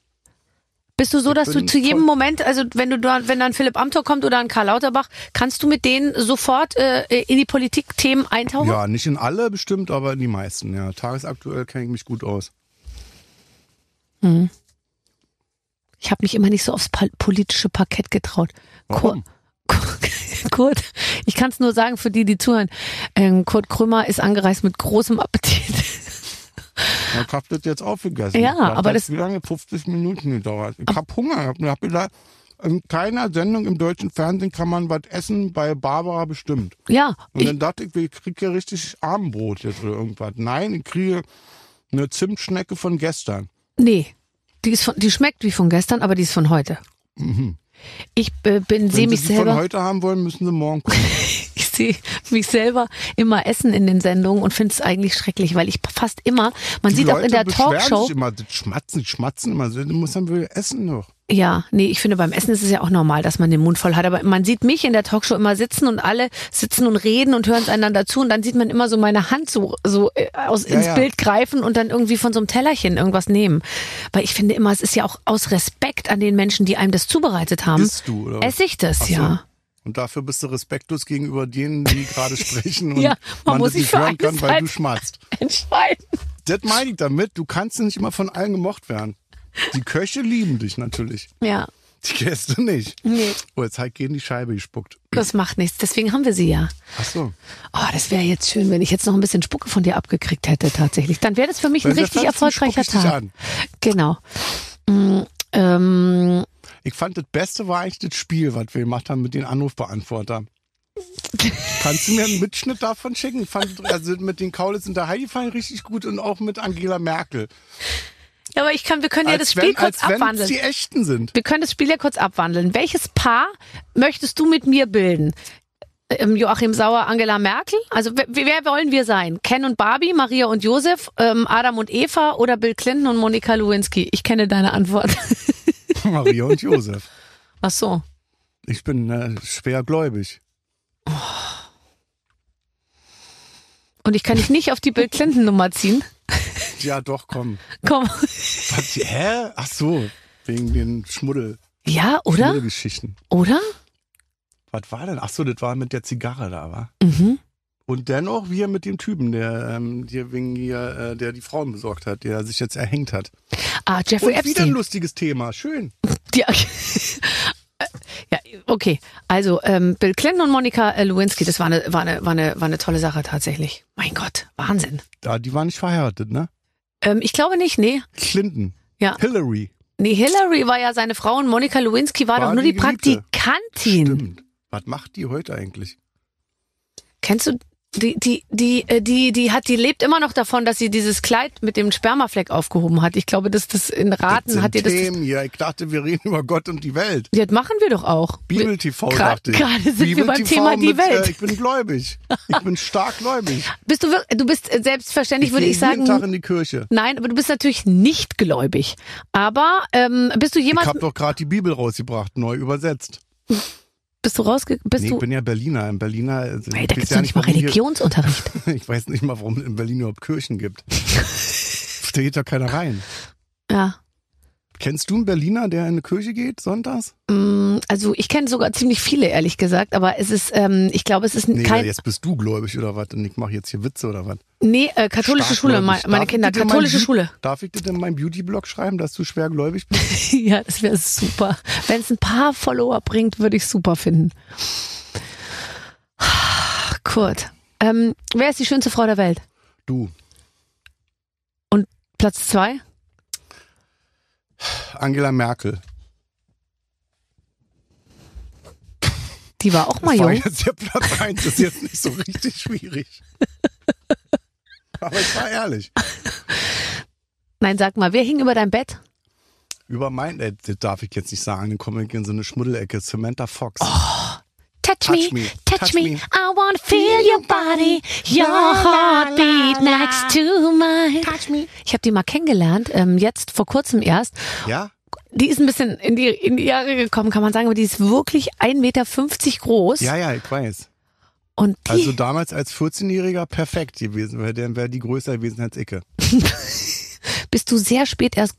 Bist du so, dass du bin zu jedem voll- Moment, also wenn du da, wenn dann Philipp Amthor kommt oder ein Karl Lauterbach, kannst du mit denen sofort äh, in die Politikthemen eintauchen? Ja, nicht in alle bestimmt, aber in die meisten. Ja, tagesaktuell kenne ich mich gut aus. Ich habe mich immer nicht so aufs pa politische Parkett getraut. Warum? Kur Kur Kurt, ich kann es nur sagen für die, die zuhören. Ähm, Kurt Krömer ist angereist mit großem Appetit. Ich hab das jetzt aufgegessen. Ja, Das hat aber das- Wie lange? 50 Minuten gedauert. Ich hab Hunger. Ich hab mir gedacht, in keiner Sendung im deutschen Fernsehen kann man was essen, bei Barbara bestimmt. Ja, Und ich, dann dachte ich, ich kriege ja richtig Armbrot jetzt oder irgendwas. Nein, ich kriege eine Zimtschnecke von gestern. nee, die ist von, die schmeckt wie von gestern, aber die ist von heute. Ich äh, bin sehe Mhm. Wenn mich Sie die von selber, heute haben wollen, müssen Sie morgen gucken. ich sehe mich selber immer essen in den Sendungen und finde es eigentlich schrecklich, weil ich fast immer, man Die sieht auch in Leute der beschweren Talkshow, Sich immer, das schmatzen, die schmatzen immer. Das muss dann wohl essen noch. Ja, nee, ich finde beim Essen ist es ja auch normal, dass man den Mund voll hat. Aber man sieht mich in der Talkshow immer sitzen und alle sitzen und reden und hören einander zu und dann sieht man immer so meine Hand so, so äh, aus, ins ja. Bild greifen und dann irgendwie von so einem Tellerchen irgendwas nehmen. Weil ich finde immer, es ist ja auch aus Respekt an den Menschen, die einem das zubereitet haben. Isst du, oder was? Esse ich das, Ach so. ja. Und dafür bist du respektlos gegenüber denen, die gerade sprechen und Ja, man man, muss das sich nicht für hören kann, eine weil du Seite- schmatzt. Entscheiden. Das meine ich damit. Du kannst nicht immer von allen gemocht werden. Die Köche lieben dich natürlich. Ja. Die Gäste nicht. Nee, Oh, jetzt hat gegen die Scheibe gespuckt. das macht nichts. Deswegen haben wir sie ja. Ach so. Oh, das wäre jetzt schön, wenn ich jetzt noch ein bisschen Spucke von dir abgekriegt hätte, tatsächlich. Dann wäre das für mich ein Wenn wir richtig tanzen, erfolgreicher spuck ich dich Tag. an. Genau. Mm, ähm, Ich fand, das Beste war eigentlich das Spiel, was wir gemacht haben mit den Anrufbeantwortern. Kannst du mir einen Mitschnitt davon schicken? Ich Fand, also mit den Kaulitz und der Heidi fand ich richtig gut und auch mit Angela Merkel. ja, aber ich kann, wir können ja das als Spiel wenn, kurz als wenn abwandeln. die echten sind. Wir können das Spiel ja kurz abwandeln. Welches Paar möchtest du mit mir bilden? Ähm, Joachim Sauer, Angela Merkel? Also wer, wer wollen wir sein? Ken und Barbie, Maria und Josef, ähm, Adam und Eva oder Bill Clinton und Monika Lewinsky? Ich kenne deine Antwort. Maria und Josef. Ach so. Ich bin äh, schwer gläubig. Und ich kann dich nicht auf die Bill Clinton Nummer ziehen. Ja, doch, komm. Komm. Was, hä? Ach so, wegen den Schmuddel, Ja, oder? Schmuddelgeschichten. Oder? Was war denn? Ach so, das war mit der Zigarre da, war. Mhm. Und dennoch wir mit dem Typen, der ähm, hier wegen hier, äh, der die Frauen besorgt hat, der sich jetzt erhängt hat. Ah, Jeffrey Und wieder ein Epstein. lustiges Thema. Schön. Die, ja, okay. Also ähm, Bill Clinton und Monika äh, Lewinsky, das war eine, war, eine, war, eine, war eine tolle Sache tatsächlich. Mein Gott, Wahnsinn. Da, die waren nicht verheiratet, ne? Ähm, ich glaube nicht, nee. Clinton. Ja. Hillary. Nee, Hillary war ja seine Frau und Monika Lewinsky war, War doch nur die, die Geliebte. Praktikantin. Stimmt. Was macht die heute eigentlich? Kennst du die, die, die, äh, die, die hat, die lebt immer noch davon, dass sie dieses Kleid mit dem Spermafleck aufgehoben hat. Ich glaube, dass das in Das Raten sind hat ihr das. Themen hier. Ich dachte, wir reden über Gott und die Welt. Ja, Das machen wir doch auch. Bibel TV Gra- dachte ich. gerade sind wir Bibel beim TV Thema die mit, Welt. Äh, ich bin gläubig. Ich bin stark gläubig. Bist du, wir- du bist äh, selbstverständlich, würde gehe ich sagen. Jeden Tag in die Kirche. Nein, aber du bist natürlich nicht gläubig. Aber ähm, bist du Ich jemand? habe doch gerade die Bibel rausgebracht, neu übersetzt. Bist du rausge? Bist Nee, ich du? bin ja Berliner. Im Berliner. also Ey, ich da weiß gibt's ja doch nicht mal warum hier- Religionsunterricht. Ich weiß nicht mal, warum es in Berlin überhaupt Kirchen gibt. Steht da keiner rein. ja. Kennst du einen Berliner, der in eine Kirche geht sonntags? Mm, Also ich kenne sogar ziemlich viele, ehrlich gesagt. Aber es ist, ähm, ich glaube, es ist Nee, kein. jetzt bist du gläubig oder was? Und ich mache jetzt hier Witze oder was? Nee, äh, katholische Stark Schule, gläubig. mein, Darf meine ich Kinder, dir mein katholische Bü- Schule. Darf ich dir denn in meinem Beauty-Blog schreiben, dass du schwergläubig bist? ja, das wäre super. Wenn es ein paar Follower bringt, würde ich super finden. Kurt, ähm, wer ist die schönste Frau der Welt? Du, Platz zwei? Angela Merkel. Die war auch mal Das war jung. jetzt der Platz 1, ist jetzt nicht so richtig schwierig. Aber ich war ehrlich. Nein, sag mal, wer hing über dein Bett? Über mein, äh, das darf ich jetzt nicht sagen, dann komme ich in so eine Schmuddelecke. Samantha Fox. Touch, Touch me, me, touch, touch me. me. I wanna feel your body, your heartbeat next to mine. Touch me. Ich habe die mal kennengelernt, ähm, jetzt vor kurzem erst. Ja? Die ist ein bisschen in die, in die Jahre gekommen, kann man sagen, aber die ist wirklich 1,50 Meter groß. Ja, ja, ich weiß. Und die, Also damals als 14-Jähriger perfekt gewesen, weil dann wäre die größer gewesen als Icke. bist du sehr spät erst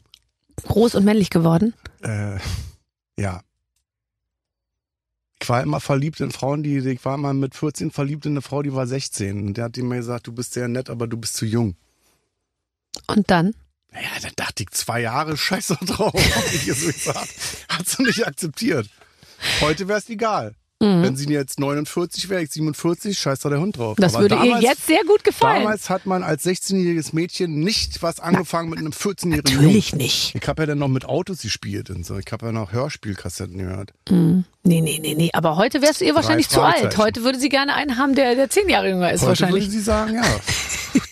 groß und männlich geworden? Äh, ja. Ich war immer verliebt in Frauen, die, ich war mal mit 14 verliebt in eine Frau, die war 16. Und der hat immer gesagt, du bist sehr nett, aber du bist zu jung. Und dann? Naja, dann dachte ich, zwei Jahre, scheiße drauf, hab ich ihr so gesagt. Hat sie nicht akzeptiert. Heute wäre es egal. Mhm. Wenn sie jetzt 49 wäre, ich 47, scheiß da der Hund drauf. Das Aber würde damals- ihr jetzt sehr gut gefallen. Damals hat man als 16-jähriges Mädchen nicht was angefangen mit einem 14-jährigen Jungen. Natürlich nicht. Ich habe ja dann noch mit Autos gespielt und so. Ich habe ja noch Hörspielkassetten gehört. Nee, nee, nee, nee. Aber heute wärst du ihr wahrscheinlich zu alt. Fragezeichen. Heute würde sie gerne einen haben, der, der zehn Jahre jünger ist Heute wahrscheinlich. würde sie sagen, ja,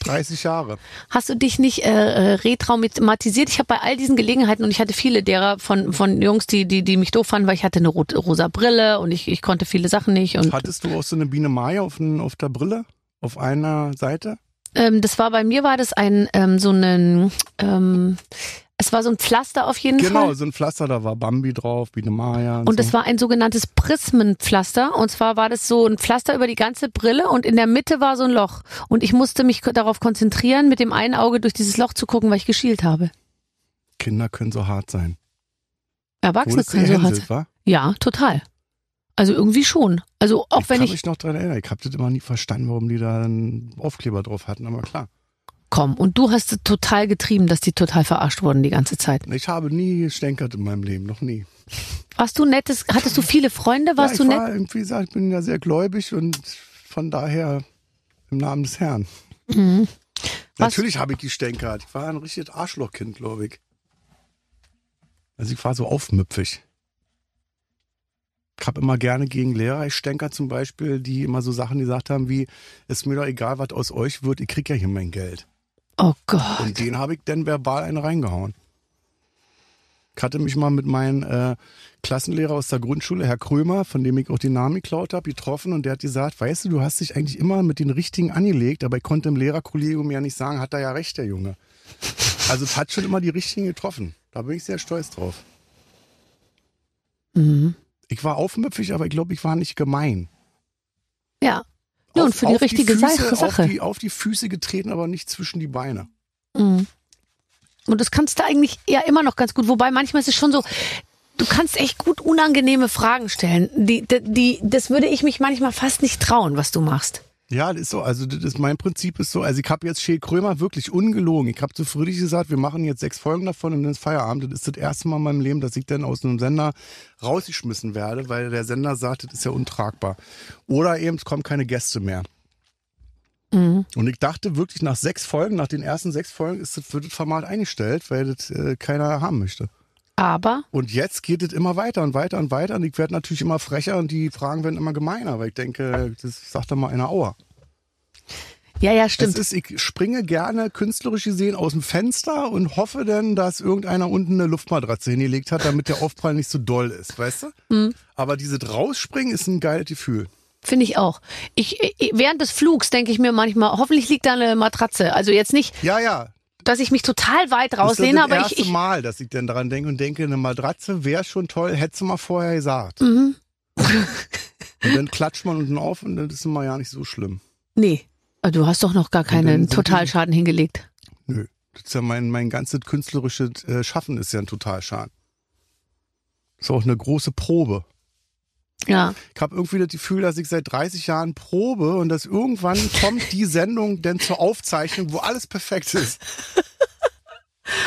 30 Jahre. Hast du dich nicht äh, äh, retraumatisiert? Ich habe bei all diesen Gelegenheiten und ich hatte viele derer von von Jungs, die die die mich doof fanden, weil ich hatte eine rot, rosa Brille und ich, ich konnte viele Sachen nicht und Hattest du auch so eine Biene Maya auf, den, auf der Brille? Auf einer Seite? ähm, das war bei mir war das ein ähm, so ein ähm, es war so ein Pflaster auf jeden Genau, Fall. so ein Pflaster, da war Bambi drauf, Biene Maya. Und, Und so. es war ein sogenanntes Prismenpflaster. Und zwar war das so ein Pflaster über die ganze Brille und in der Mitte war so ein Loch. Und ich musste mich ko- darauf konzentrieren, mit dem einen Auge durch dieses Loch zu gucken, weil ich geschielt habe. Kinder können so hart sein. Erwachsene Wurdest du können so hart gehänselt, sein. wa? Ja, total. Also irgendwie schon. Also auch Ich wenn kann ich mich noch dran erinnern. Ich habe das immer nie verstanden, warum die da einen Aufkleber drauf hatten, aber klar. Komm, und du hast es total getrieben, dass die total verarscht wurden die ganze Zeit. Ich habe nie gestänkert in meinem Leben, noch nie. Warst du nettes, hattest du viele Freunde, warst ja, du ich nett? war, Wie gesagt, ich bin ja sehr gläubig und von daher im Namen des Herrn. Mhm. Was- Natürlich habe ich gestänkert. Ich war ein richtiges Arschlochkind, glaube ich. Also ich war so aufmüpfig. Ich habe immer gerne gegen Lehrer gestänkert zum Beispiel, die immer so Sachen gesagt haben wie, ist mir doch egal, was aus euch wird, ich krieg ja hier mein Geld. Oh Gott. Und den habe ich dann verbal einen reingehauen. Ich hatte mich mal mit meinem äh, Klassenlehrer aus der Grundschule, Herr Krömer, von dem ich auch den Namen geklaut habe, getroffen und der hat gesagt, weißt du, du hast dich eigentlich immer mit den Richtigen angelegt, aber ich konnte im Lehrerkollegium ja nicht sagen, hat er ja recht, der Junge. Also es hat schon immer die Richtigen getroffen. Da bin ich sehr stolz drauf. Mhm. Ich war aufmüpfig, aber ich glaube, ich war nicht gemein. Ja. Ja, und für die richtige Füße, Sache. Auf die, auf die Füße getreten, aber nicht zwischen die Beine. Mhm. Und das kannst du eigentlich ja immer noch ganz gut. Wobei manchmal ist es schon so, du kannst echt gut unangenehme Fragen stellen. Die, die, die, das würde ich mich manchmal fast nicht trauen, was du machst. Ja, das ist so. Also das ist mein Prinzip ist so. Also ich habe jetzt Scheel Krömer wirklich ungelogen. Ich habe zu Friedrich gesagt, wir machen jetzt sechs Folgen davon und dann ist Feierabend. Das ist das erste Mal in meinem Leben, dass ich dann aus einem Sender rausgeschmissen werde, weil der Sender sagt, das ist ja untragbar. Oder eben es kommen keine Gäste mehr. Und ich dachte wirklich nach sechs Folgen, nach den ersten sechs Folgen, ist das, wird das Format eingestellt, weil das äh, keiner haben möchte. Aber Und jetzt geht es immer weiter und weiter und weiter. Und ich werde natürlich immer frecher und die Fragen werden immer gemeiner, weil ich denke, das sagt doch mal einer Auer. ja, ja, stimmt. Es ist, ich springe gerne künstlerisch gesehen aus dem Fenster und hoffe dann, dass irgendeiner unten eine Luftmatratze hingelegt hat, damit der Aufprall nicht so doll ist, weißt du? Mhm. Aber dieses Rausspringen ist ein geiles Gefühl. Finde ich auch. Ich, ich, während des Flugs denke ich mir manchmal, hoffentlich liegt da eine Matratze. Also jetzt nicht, Ja, ja. dass ich mich total weit rauslehne, das ist das aber erste ich, ich Mal, dass ich dann daran denke und denke, eine Matratze wäre schon toll, hättest du mal vorher Mhm. gesagt. und dann klatscht man unten auf und dann ist es mal ja nicht so schlimm. nee, Aber du hast doch noch gar dann keinen sind die- Totalschaden hingelegt. Nö. Das ist ja mein, mein ganzes künstlerisches äh, Schaffen ist ja ein Totalschaden. Ist auch eine große Probe. Ja, Ich habe irgendwie das Gefühl, dass ich seit 30 Jahren probe und dass irgendwann kommt die Sendung denn zur Aufzeichnung, wo alles perfekt ist.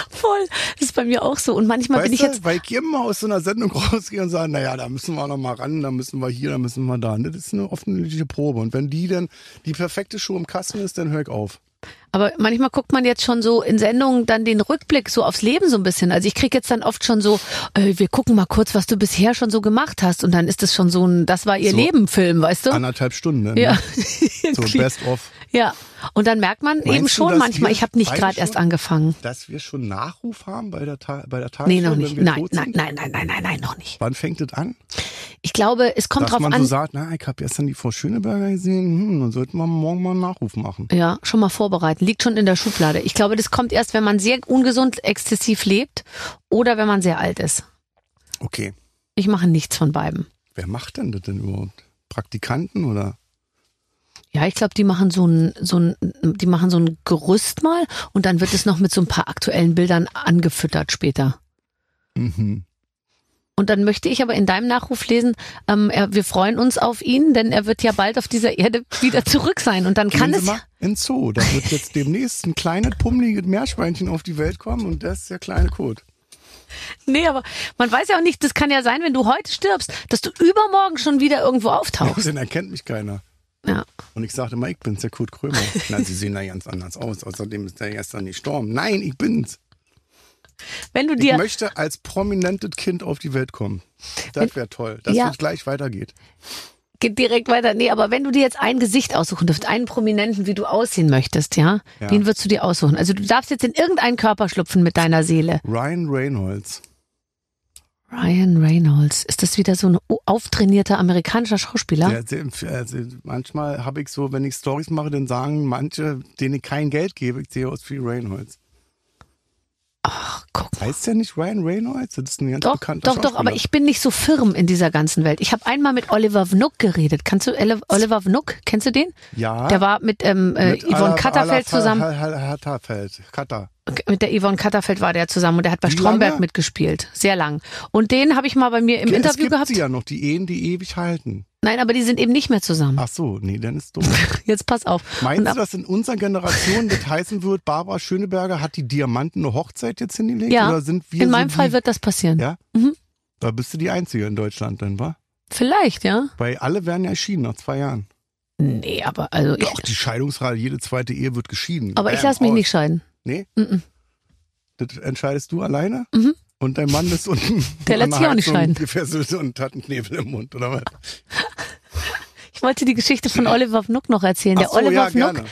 voll. Das ist bei mir auch so. Und manchmal weißt bin ich du? jetzt, Weil ich immer aus so einer Sendung rausgehe und sage, naja, da müssen wir noch mal ran, da müssen wir hier, da müssen wir da. Das ist eine offensichtliche Probe. Und wenn die dann die perfekte Schuhe im Kasten ist, dann höre ich auf. aber manchmal guckt man jetzt schon so in Sendungen dann den Rückblick so aufs Leben so ein bisschen. Also ich krieg jetzt dann oft schon so, äh, wir gucken mal kurz, was du bisher schon so gemacht hast. Und dann ist das schon so ein, das war ihr So. Leben-Film, weißt du? Anderthalb Stunden. Ne? Oh. ja. So best of. ja. Und dann merkt man eben du, schon dass manchmal, wir ich habe nicht beide gerade schon- erst angefangen. Dass wir schon Nachruf haben bei der, Ta bei der Tagesschau, Nee, noch wenn nicht. wir Nein, tot nein, sind? nein, nein, nein, nein, nein, noch nicht. Wann fängt das an? Ich glaube, es kommt Dass drauf man an. so sagt, na, ich habe gestern die Frau Schöneberger gesehen, hm, dann sollten wir morgen mal einen Nachruf machen. ja, schon mal vorbereiten. Liegt schon in der Schublade. Ich glaube, das kommt erst, wenn man sehr ungesund, exzessiv lebt oder wenn man sehr alt ist. Okay. Ich mache nichts von beiden. Wer macht denn das denn überhaupt? Praktikanten oder? Ja, ich glaube, die machen so ein, so ein, die machen so ein Gerüst mal und dann wird es noch mit so ein paar aktuellen Bildern angefüttert später. Mhm. Und dann möchte ich aber in deinem Nachruf lesen, ähm, er, wir freuen uns auf ihn, denn er wird ja bald auf dieser Erde wieder zurück sein. Und dann kann Gehen Sie es, mal in den Zoo. Da wird jetzt demnächst ein kleines, pummeliges Meerschweinchen auf die Welt kommen und das ist der kleine Kot. Nee, aber man weiß ja auch nicht, das kann ja sein, wenn du heute stirbst, dass du übermorgen schon wieder irgendwo auftauchst. Dann erkennt mich keiner. Ja. Und ich sagte mal, ich bin's, der Kurt Krömer. Na, Sie sehen da ganz anders aus. Außerdem ist der gestern gestorben. Nein, ich bin's. Wenn du Ich dir, möchte als prominentes Kind auf die Welt kommen. Das wäre toll, dass Ja. es gleich weitergeht. geht direkt weiter, nee, aber wenn du dir jetzt ein Gesicht aussuchen dürft, einen Prominenten, wie du aussehen möchtest, ja, Ja. den würdest du dir aussuchen. Also du darfst jetzt in irgendeinen Körper schlüpfen mit deiner Seele. Ryan Reynolds. Ryan Reynolds, ist das wieder so ein o- auftrainierter amerikanischer Schauspieler? Ja, sehr empf- also manchmal habe ich so, wenn ich Stories mache, dann sagen manche, denen ich kein Geld gebe, ich sehe aus wie Reynolds. Ach, guck mal. Heißt der nicht Ryan Reynolds? Das ist ein ganz Doch, bekannter doch, doch, aber Schauspieler. ich bin nicht so firm in dieser ganzen Welt. Ich habe einmal mit Oliver Vnuk geredet. Kannst du Ele- Oliver Vnuk, kennst du den? Ja, Der war mit, ähm, äh, mit Yvonne Ala- Katterfeld Ala- zusammen. Hal- Hal- Hatterfeld. Katter. Mit der Yvonne Katterfeld war der zusammen und der hat bei Wie Stromberg lange? mitgespielt. Sehr lang. Und den habe ich mal bei mir im es Interview gibt gehabt. sie ja noch, die Ehen, die ewig halten. Nein, aber die sind eben nicht mehr zusammen. Ach so, nee, dann ist dumm. Jetzt pass auf. Meinst Und du, ab- dass in unserer Generation das heißen wird, Barbara Schöneberger hat die Diamanten eine Hochzeit jetzt hingelegt? Ja. Oder sind wir In so meinem die, Fall wird das passieren. Ja? Mhm. Da bist du die Einzige in Deutschland, dann, wa? Vielleicht, ja? Weil alle werden ja geschieden nach zwei Jahren. Nee, aber also ich, Doch, die Scheidungsrate, jede zweite Ehe wird geschieden. aber ich Bam, lasse mich aus. nicht scheiden. Nee? Mhm. Das entscheidest du alleine? Mhm. Und dein Mann ist unten. Der lässt an sich auch nicht Heizung scheiden. Gefesselt und hat einen Knebel im Mund, oder was? Ich wollte die Geschichte von Oliver Fnuck noch erzählen. Ach Der so, ja, Oliver Fnuck, gerne.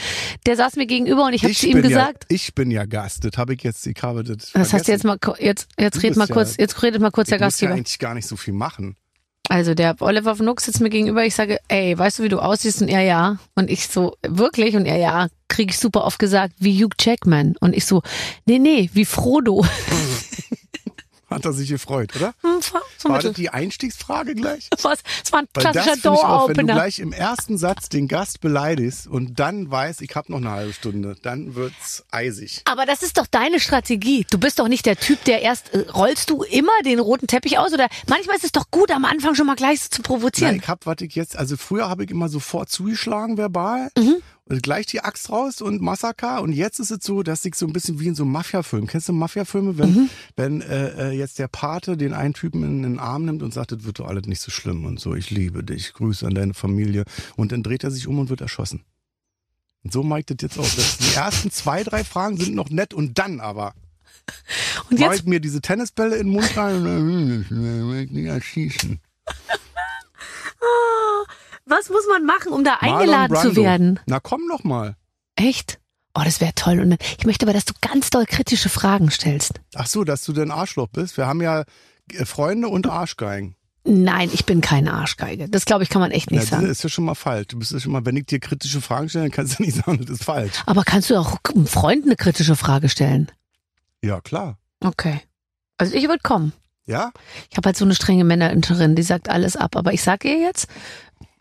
der saß mir gegenüber und ich habe zu ihm bin gesagt, Ja, ich bin ja Gast, das habe ich jetzt, ich habe das. das hast du jetzt mal ko- jetzt jetzt Du red bist mal ja- kurz, jetzt redet mal kurz der Ich muss ja Gastgeber. eigentlich gar nicht so viel machen. Also der Oliver Fnuck sitzt mir gegenüber, ich sage, ey, weißt du, wie du aussiehst? Und er, ja. Und ich so, wirklich? Und er, ja, kriege ich super oft gesagt, wie Hugh Jackman. Und ich so, nee, nee, wie Frodo. Hat er sich gefreut, oder? so War das mittel. die Einstiegsfrage gleich? Was? Das war ein Weil das klassischer finde ich auch, wenn du Door-Opener. gleich im ersten Satz den Gast beleidigst und dann weißt, ich habe noch eine halbe Stunde, dann wird's eisig. Aber das ist doch deine Strategie. Du bist doch nicht der Typ, der erst äh, rollst du immer den roten Teppich aus oder manchmal ist es doch gut, am Anfang schon mal gleich so zu Na, provozieren. ich hab, was ich jetzt, also früher habe ich immer sofort zugeschlagen verbal und gleich die Axt raus und Massaker und jetzt ist es so, dass ich so ein bisschen wie in so einem Mafia-Film, kennst du Mafia-Filme, wenn, wenn äh, äh, jetzt der Pate den einen Typen in den Arm nimmt und sagt, das wird doch alles nicht so schlimm und so, ich liebe dich, Grüße an deine Familie und dann dreht er sich um und wird erschossen. Und so mache ich das jetzt auch. Das, die ersten zwei, drei Fragen sind noch nett und dann aber Und mache jetzt ich mir diese Tennisbälle in den Mund rein und dann will ich nicht erschießen. was muss man machen, um da Marlon eingeladen zu Brando. werden? Na komm doch mal. Echt? Oh, das wäre toll. Und dann, ich möchte aber, dass du ganz doll kritische Fragen stellst. Ach so, dass du denn Arschloch bist. Wir haben ja äh, Freunde und Arschgeigen. Nein, ich bin keine Arschgeige. Das glaube ich, kann man echt Ja, nicht das sagen. ist ja schon mal falsch. Du bist ja schon mal, wenn ich dir kritische Fragen stelle, dann kannst du nicht sagen, das ist falsch. Aber kannst du auch einem Freund eine kritische Frage stellen? Ja, klar. Okay. Also ich würde kommen. Ja? Ich habe halt so eine strenge Männerin, die sagt alles ab. aber ich sag ihr jetzt,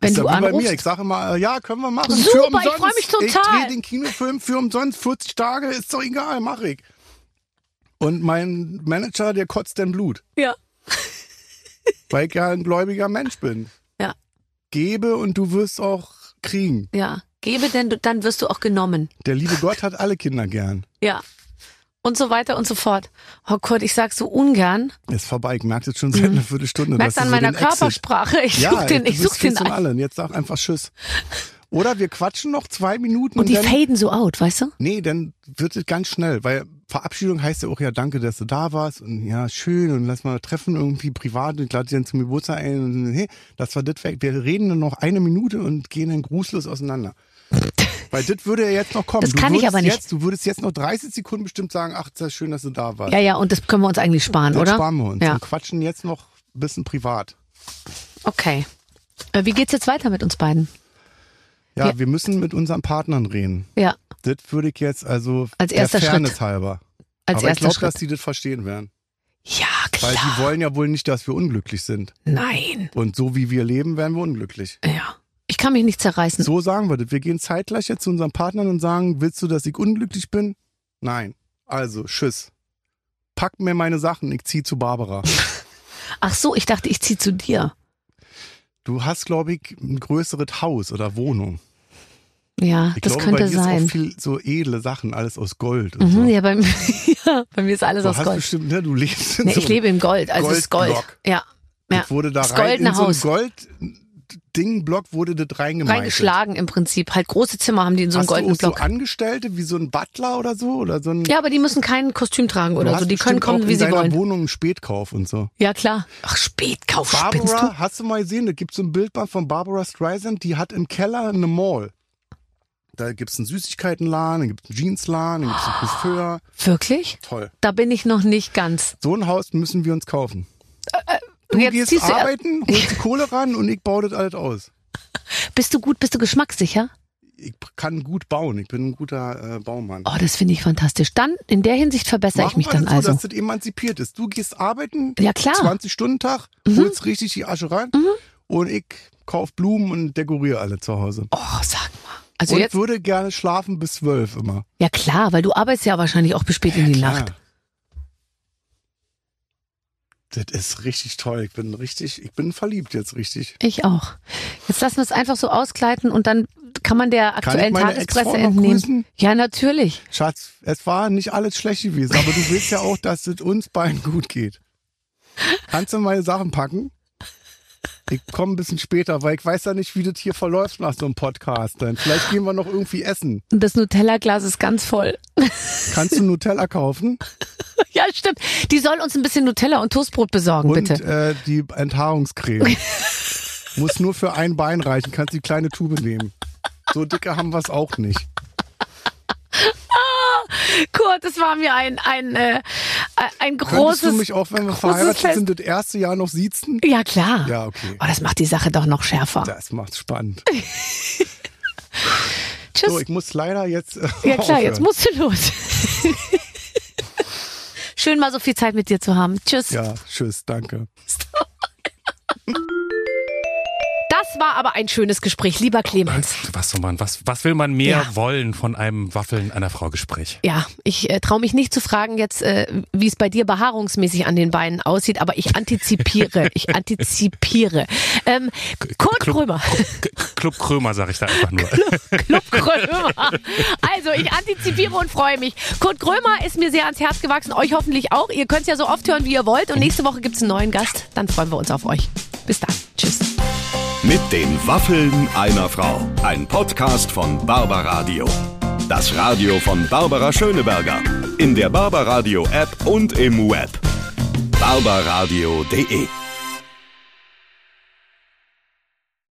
wenn ist du ja wie bei mir. anrufst, Ich sage immer, äh, ja, können wir machen. Super, für ich umsonst. freu mich Ich total. drehe den Kinofilm für umsonst. 40 Tage, ist doch egal, mach ich. Und mein Manager, der kotzt denn Blut, ja, weil ich ja ein gläubiger Mensch bin. Ja. Gebe und du wirst auch kriegen. ja, gebe denn du- dann wirst du auch genommen. Der liebe Gott hat alle Kinder gern. Ja. Und so weiter und so fort. Oh Gott, ich sag so ungern. Ist vorbei, ich merke jetzt schon seit einer Viertelstunde. Merkst dass Mhm. an du so meiner den Exit- Körpersprache. Ich such den, du ich bist such viel den zum ein. Allen. Jetzt sag einfach Tschüss. Oder wir quatschen noch zwei Minuten und, Und die dann. faden so out, weißt du? nee, dann wird es ganz schnell, weil Verabschiedung heißt ja auch ja danke, dass du da warst und ja schön und lass mal treffen irgendwie privat und lade dich dann zum Geburtstag ein und hey, das war das weg. Wir reden dann noch eine Minute und gehen dann grußlos auseinander. Weil das würde ja jetzt noch kommen. Das Du kann ich würdest aber nicht. Jetzt, du würdest jetzt noch 30 Sekunden bestimmt sagen, ach, ist das schön, dass du da warst. Ja, ja, und das können wir uns eigentlich sparen, das oder? sparen wir uns Ja, und quatschen jetzt noch ein bisschen privat. okay. Äh, Wie geht's jetzt weiter mit uns beiden? Ja, Ja. wir müssen mit unseren Partnern reden. Ja, Das würde ich jetzt also Als der erster Fairness Schritt. halber. als Aber ich erster glaube, dass Schritt. die das verstehen werden. Ja, Weil klar. die wollen ja wohl nicht, dass wir unglücklich sind. Nein. Und so wie wir leben, werden wir unglücklich. Ja. Ich kann mich nicht zerreißen. So sagen wir das. Wir gehen zeitgleich jetzt zu unseren Partnern und sagen, willst du, dass ich unglücklich bin? Nein. Also, tschüss. Pack mir meine Sachen, ich zieh zu Barbara. Ach so, ich dachte, ich zieh zu dir. Du hast, glaube ich, ein größeres Haus oder Wohnung. Ja, Ich das glaube, bei könnte dir ist auch sein. viel so edle Sachen, alles aus Gold und so. Mhm, ja, bei, mir, ja, bei mir ist alles du aus hast Gold. bestimmt, ne, du lebst in Nee, so ich lebe in Gold, also es ist Gold. Goldblock. Ja, ja. Das wurde da Das rein goldene in so Haus. Gold Dingblock wurde das reingemeißelt. reingeschlagen im Prinzip. Halt große Zimmer haben die in so einem Hast du goldenen auch so Block. Angestellte wie so ein Butler oder so oder so ein Ja, aber die müssen kein Kostüm tragen Du oder hast so. Die können bestimmt auch kommen, in wie sie deiner wollen. Wohnung einen Spätkauf und so. Ja, klar. Ach, Spätkauf, spinnst du? Barbara, hast du mal gesehen, da gibt so ein Bildband von Barbara Streisand, die hat im Keller eine Mall. Da gibt's einen Süßigkeitenladen, da gibt's einen Jeansladen, da gibt's einen Coiffeur. Wirklich? Toll. Da bin ich noch nicht ganz. So ein Haus müssen wir uns kaufen. Du Jetzt gehst ziehst du äh, er- arbeiten, holst die Kohle ran und ich baue das alles aus. Bist du gut, bist du geschmackssicher? Ich kann gut bauen, ich bin ein guter äh, Baumann. Oh, das finde ich fantastisch. Dann, in der Hinsicht verbessere ich Machen mich wir dann das so, also. dass das emanzipiert ist. Du gehst arbeiten, Ja, klar. Mhm. 20-Stunden-Tag, holst richtig die Asche rein und ich kauf Blumen und dekoriere alle zu Hause. Oh, sag mal. Also und jetzt, würde gerne schlafen bis zwölf immer. ja klar, weil du arbeitest ja wahrscheinlich auch bis spät in die Nacht. Ja. Das ist richtig toll. Ich bin richtig, ich bin verliebt jetzt richtig. Ich auch. Jetzt lassen wir es einfach so ausgleiten und dann kann man der aktuellen meine Tagespresse Ex-Frau noch entnehmen. grüßen? Ja, natürlich. Schatz, es war nicht alles schlecht gewesen, aber du willst ja auch, dass es uns beiden gut geht. Kannst du meine Sachen packen? Ich komme ein bisschen später, weil ich weiß ja nicht, wie das hier verläuft nach so einem Podcast. Dann vielleicht gehen wir noch irgendwie essen. Und das Nutella-Glas ist ganz voll. Kannst du Nutella kaufen? ja, stimmt. Die soll uns ein bisschen Nutella und Toastbrot besorgen, Und bitte. äh, die Enthaarungscreme. Muss nur für ein Bein reichen. Kannst die kleine Tube nehmen. So dicke haben wir es auch nicht. Kurt, das war mir ein, ein, äh, ein äh, Könntest großes. du mich auch, wenn wir großes verheiratet Fest. sind, das erste Jahr noch siezen? ja, klar. Ja, okay. Oh, das macht die Sache doch noch schärfer. Das macht's spannend. Tschüss. So, ich muss leider jetzt. äh, ja, klar, jetzt aufhören. musst du los. Schön, mal so viel Zeit mit dir zu haben. Tschüss. Ja, tschüss, danke. Das war aber ein schönes Gespräch, lieber Clemens. Was soll man, was, was will man mehr Ja. wollen von einem Waffeln einer Frau Gespräch? Ja, ich äh, traue mich nicht zu fragen jetzt, äh, wie es bei dir behaarungsmäßig an den Beinen aussieht, aber ich antizipiere, ich antizipiere. Ähm, Kurt Club- Krömer, K- Club Krömer, sag ich da einfach nur. Club Krömer. Also ich antizipiere und freue mich. Kurt Krömer ist mir sehr ans Herz gewachsen, euch hoffentlich auch. Ihr könnt es ja so oft hören, wie ihr wollt. Und nächste Woche gibt's einen neuen Gast. Dann freuen wir uns auf euch. Bis dann. Tschüss. Mit den Waffeln einer Frau. Ein Podcast von Barbaradio. Das Radio von Barbara Schöneberger. In der Barbaradio App und im Web. barbaradio.de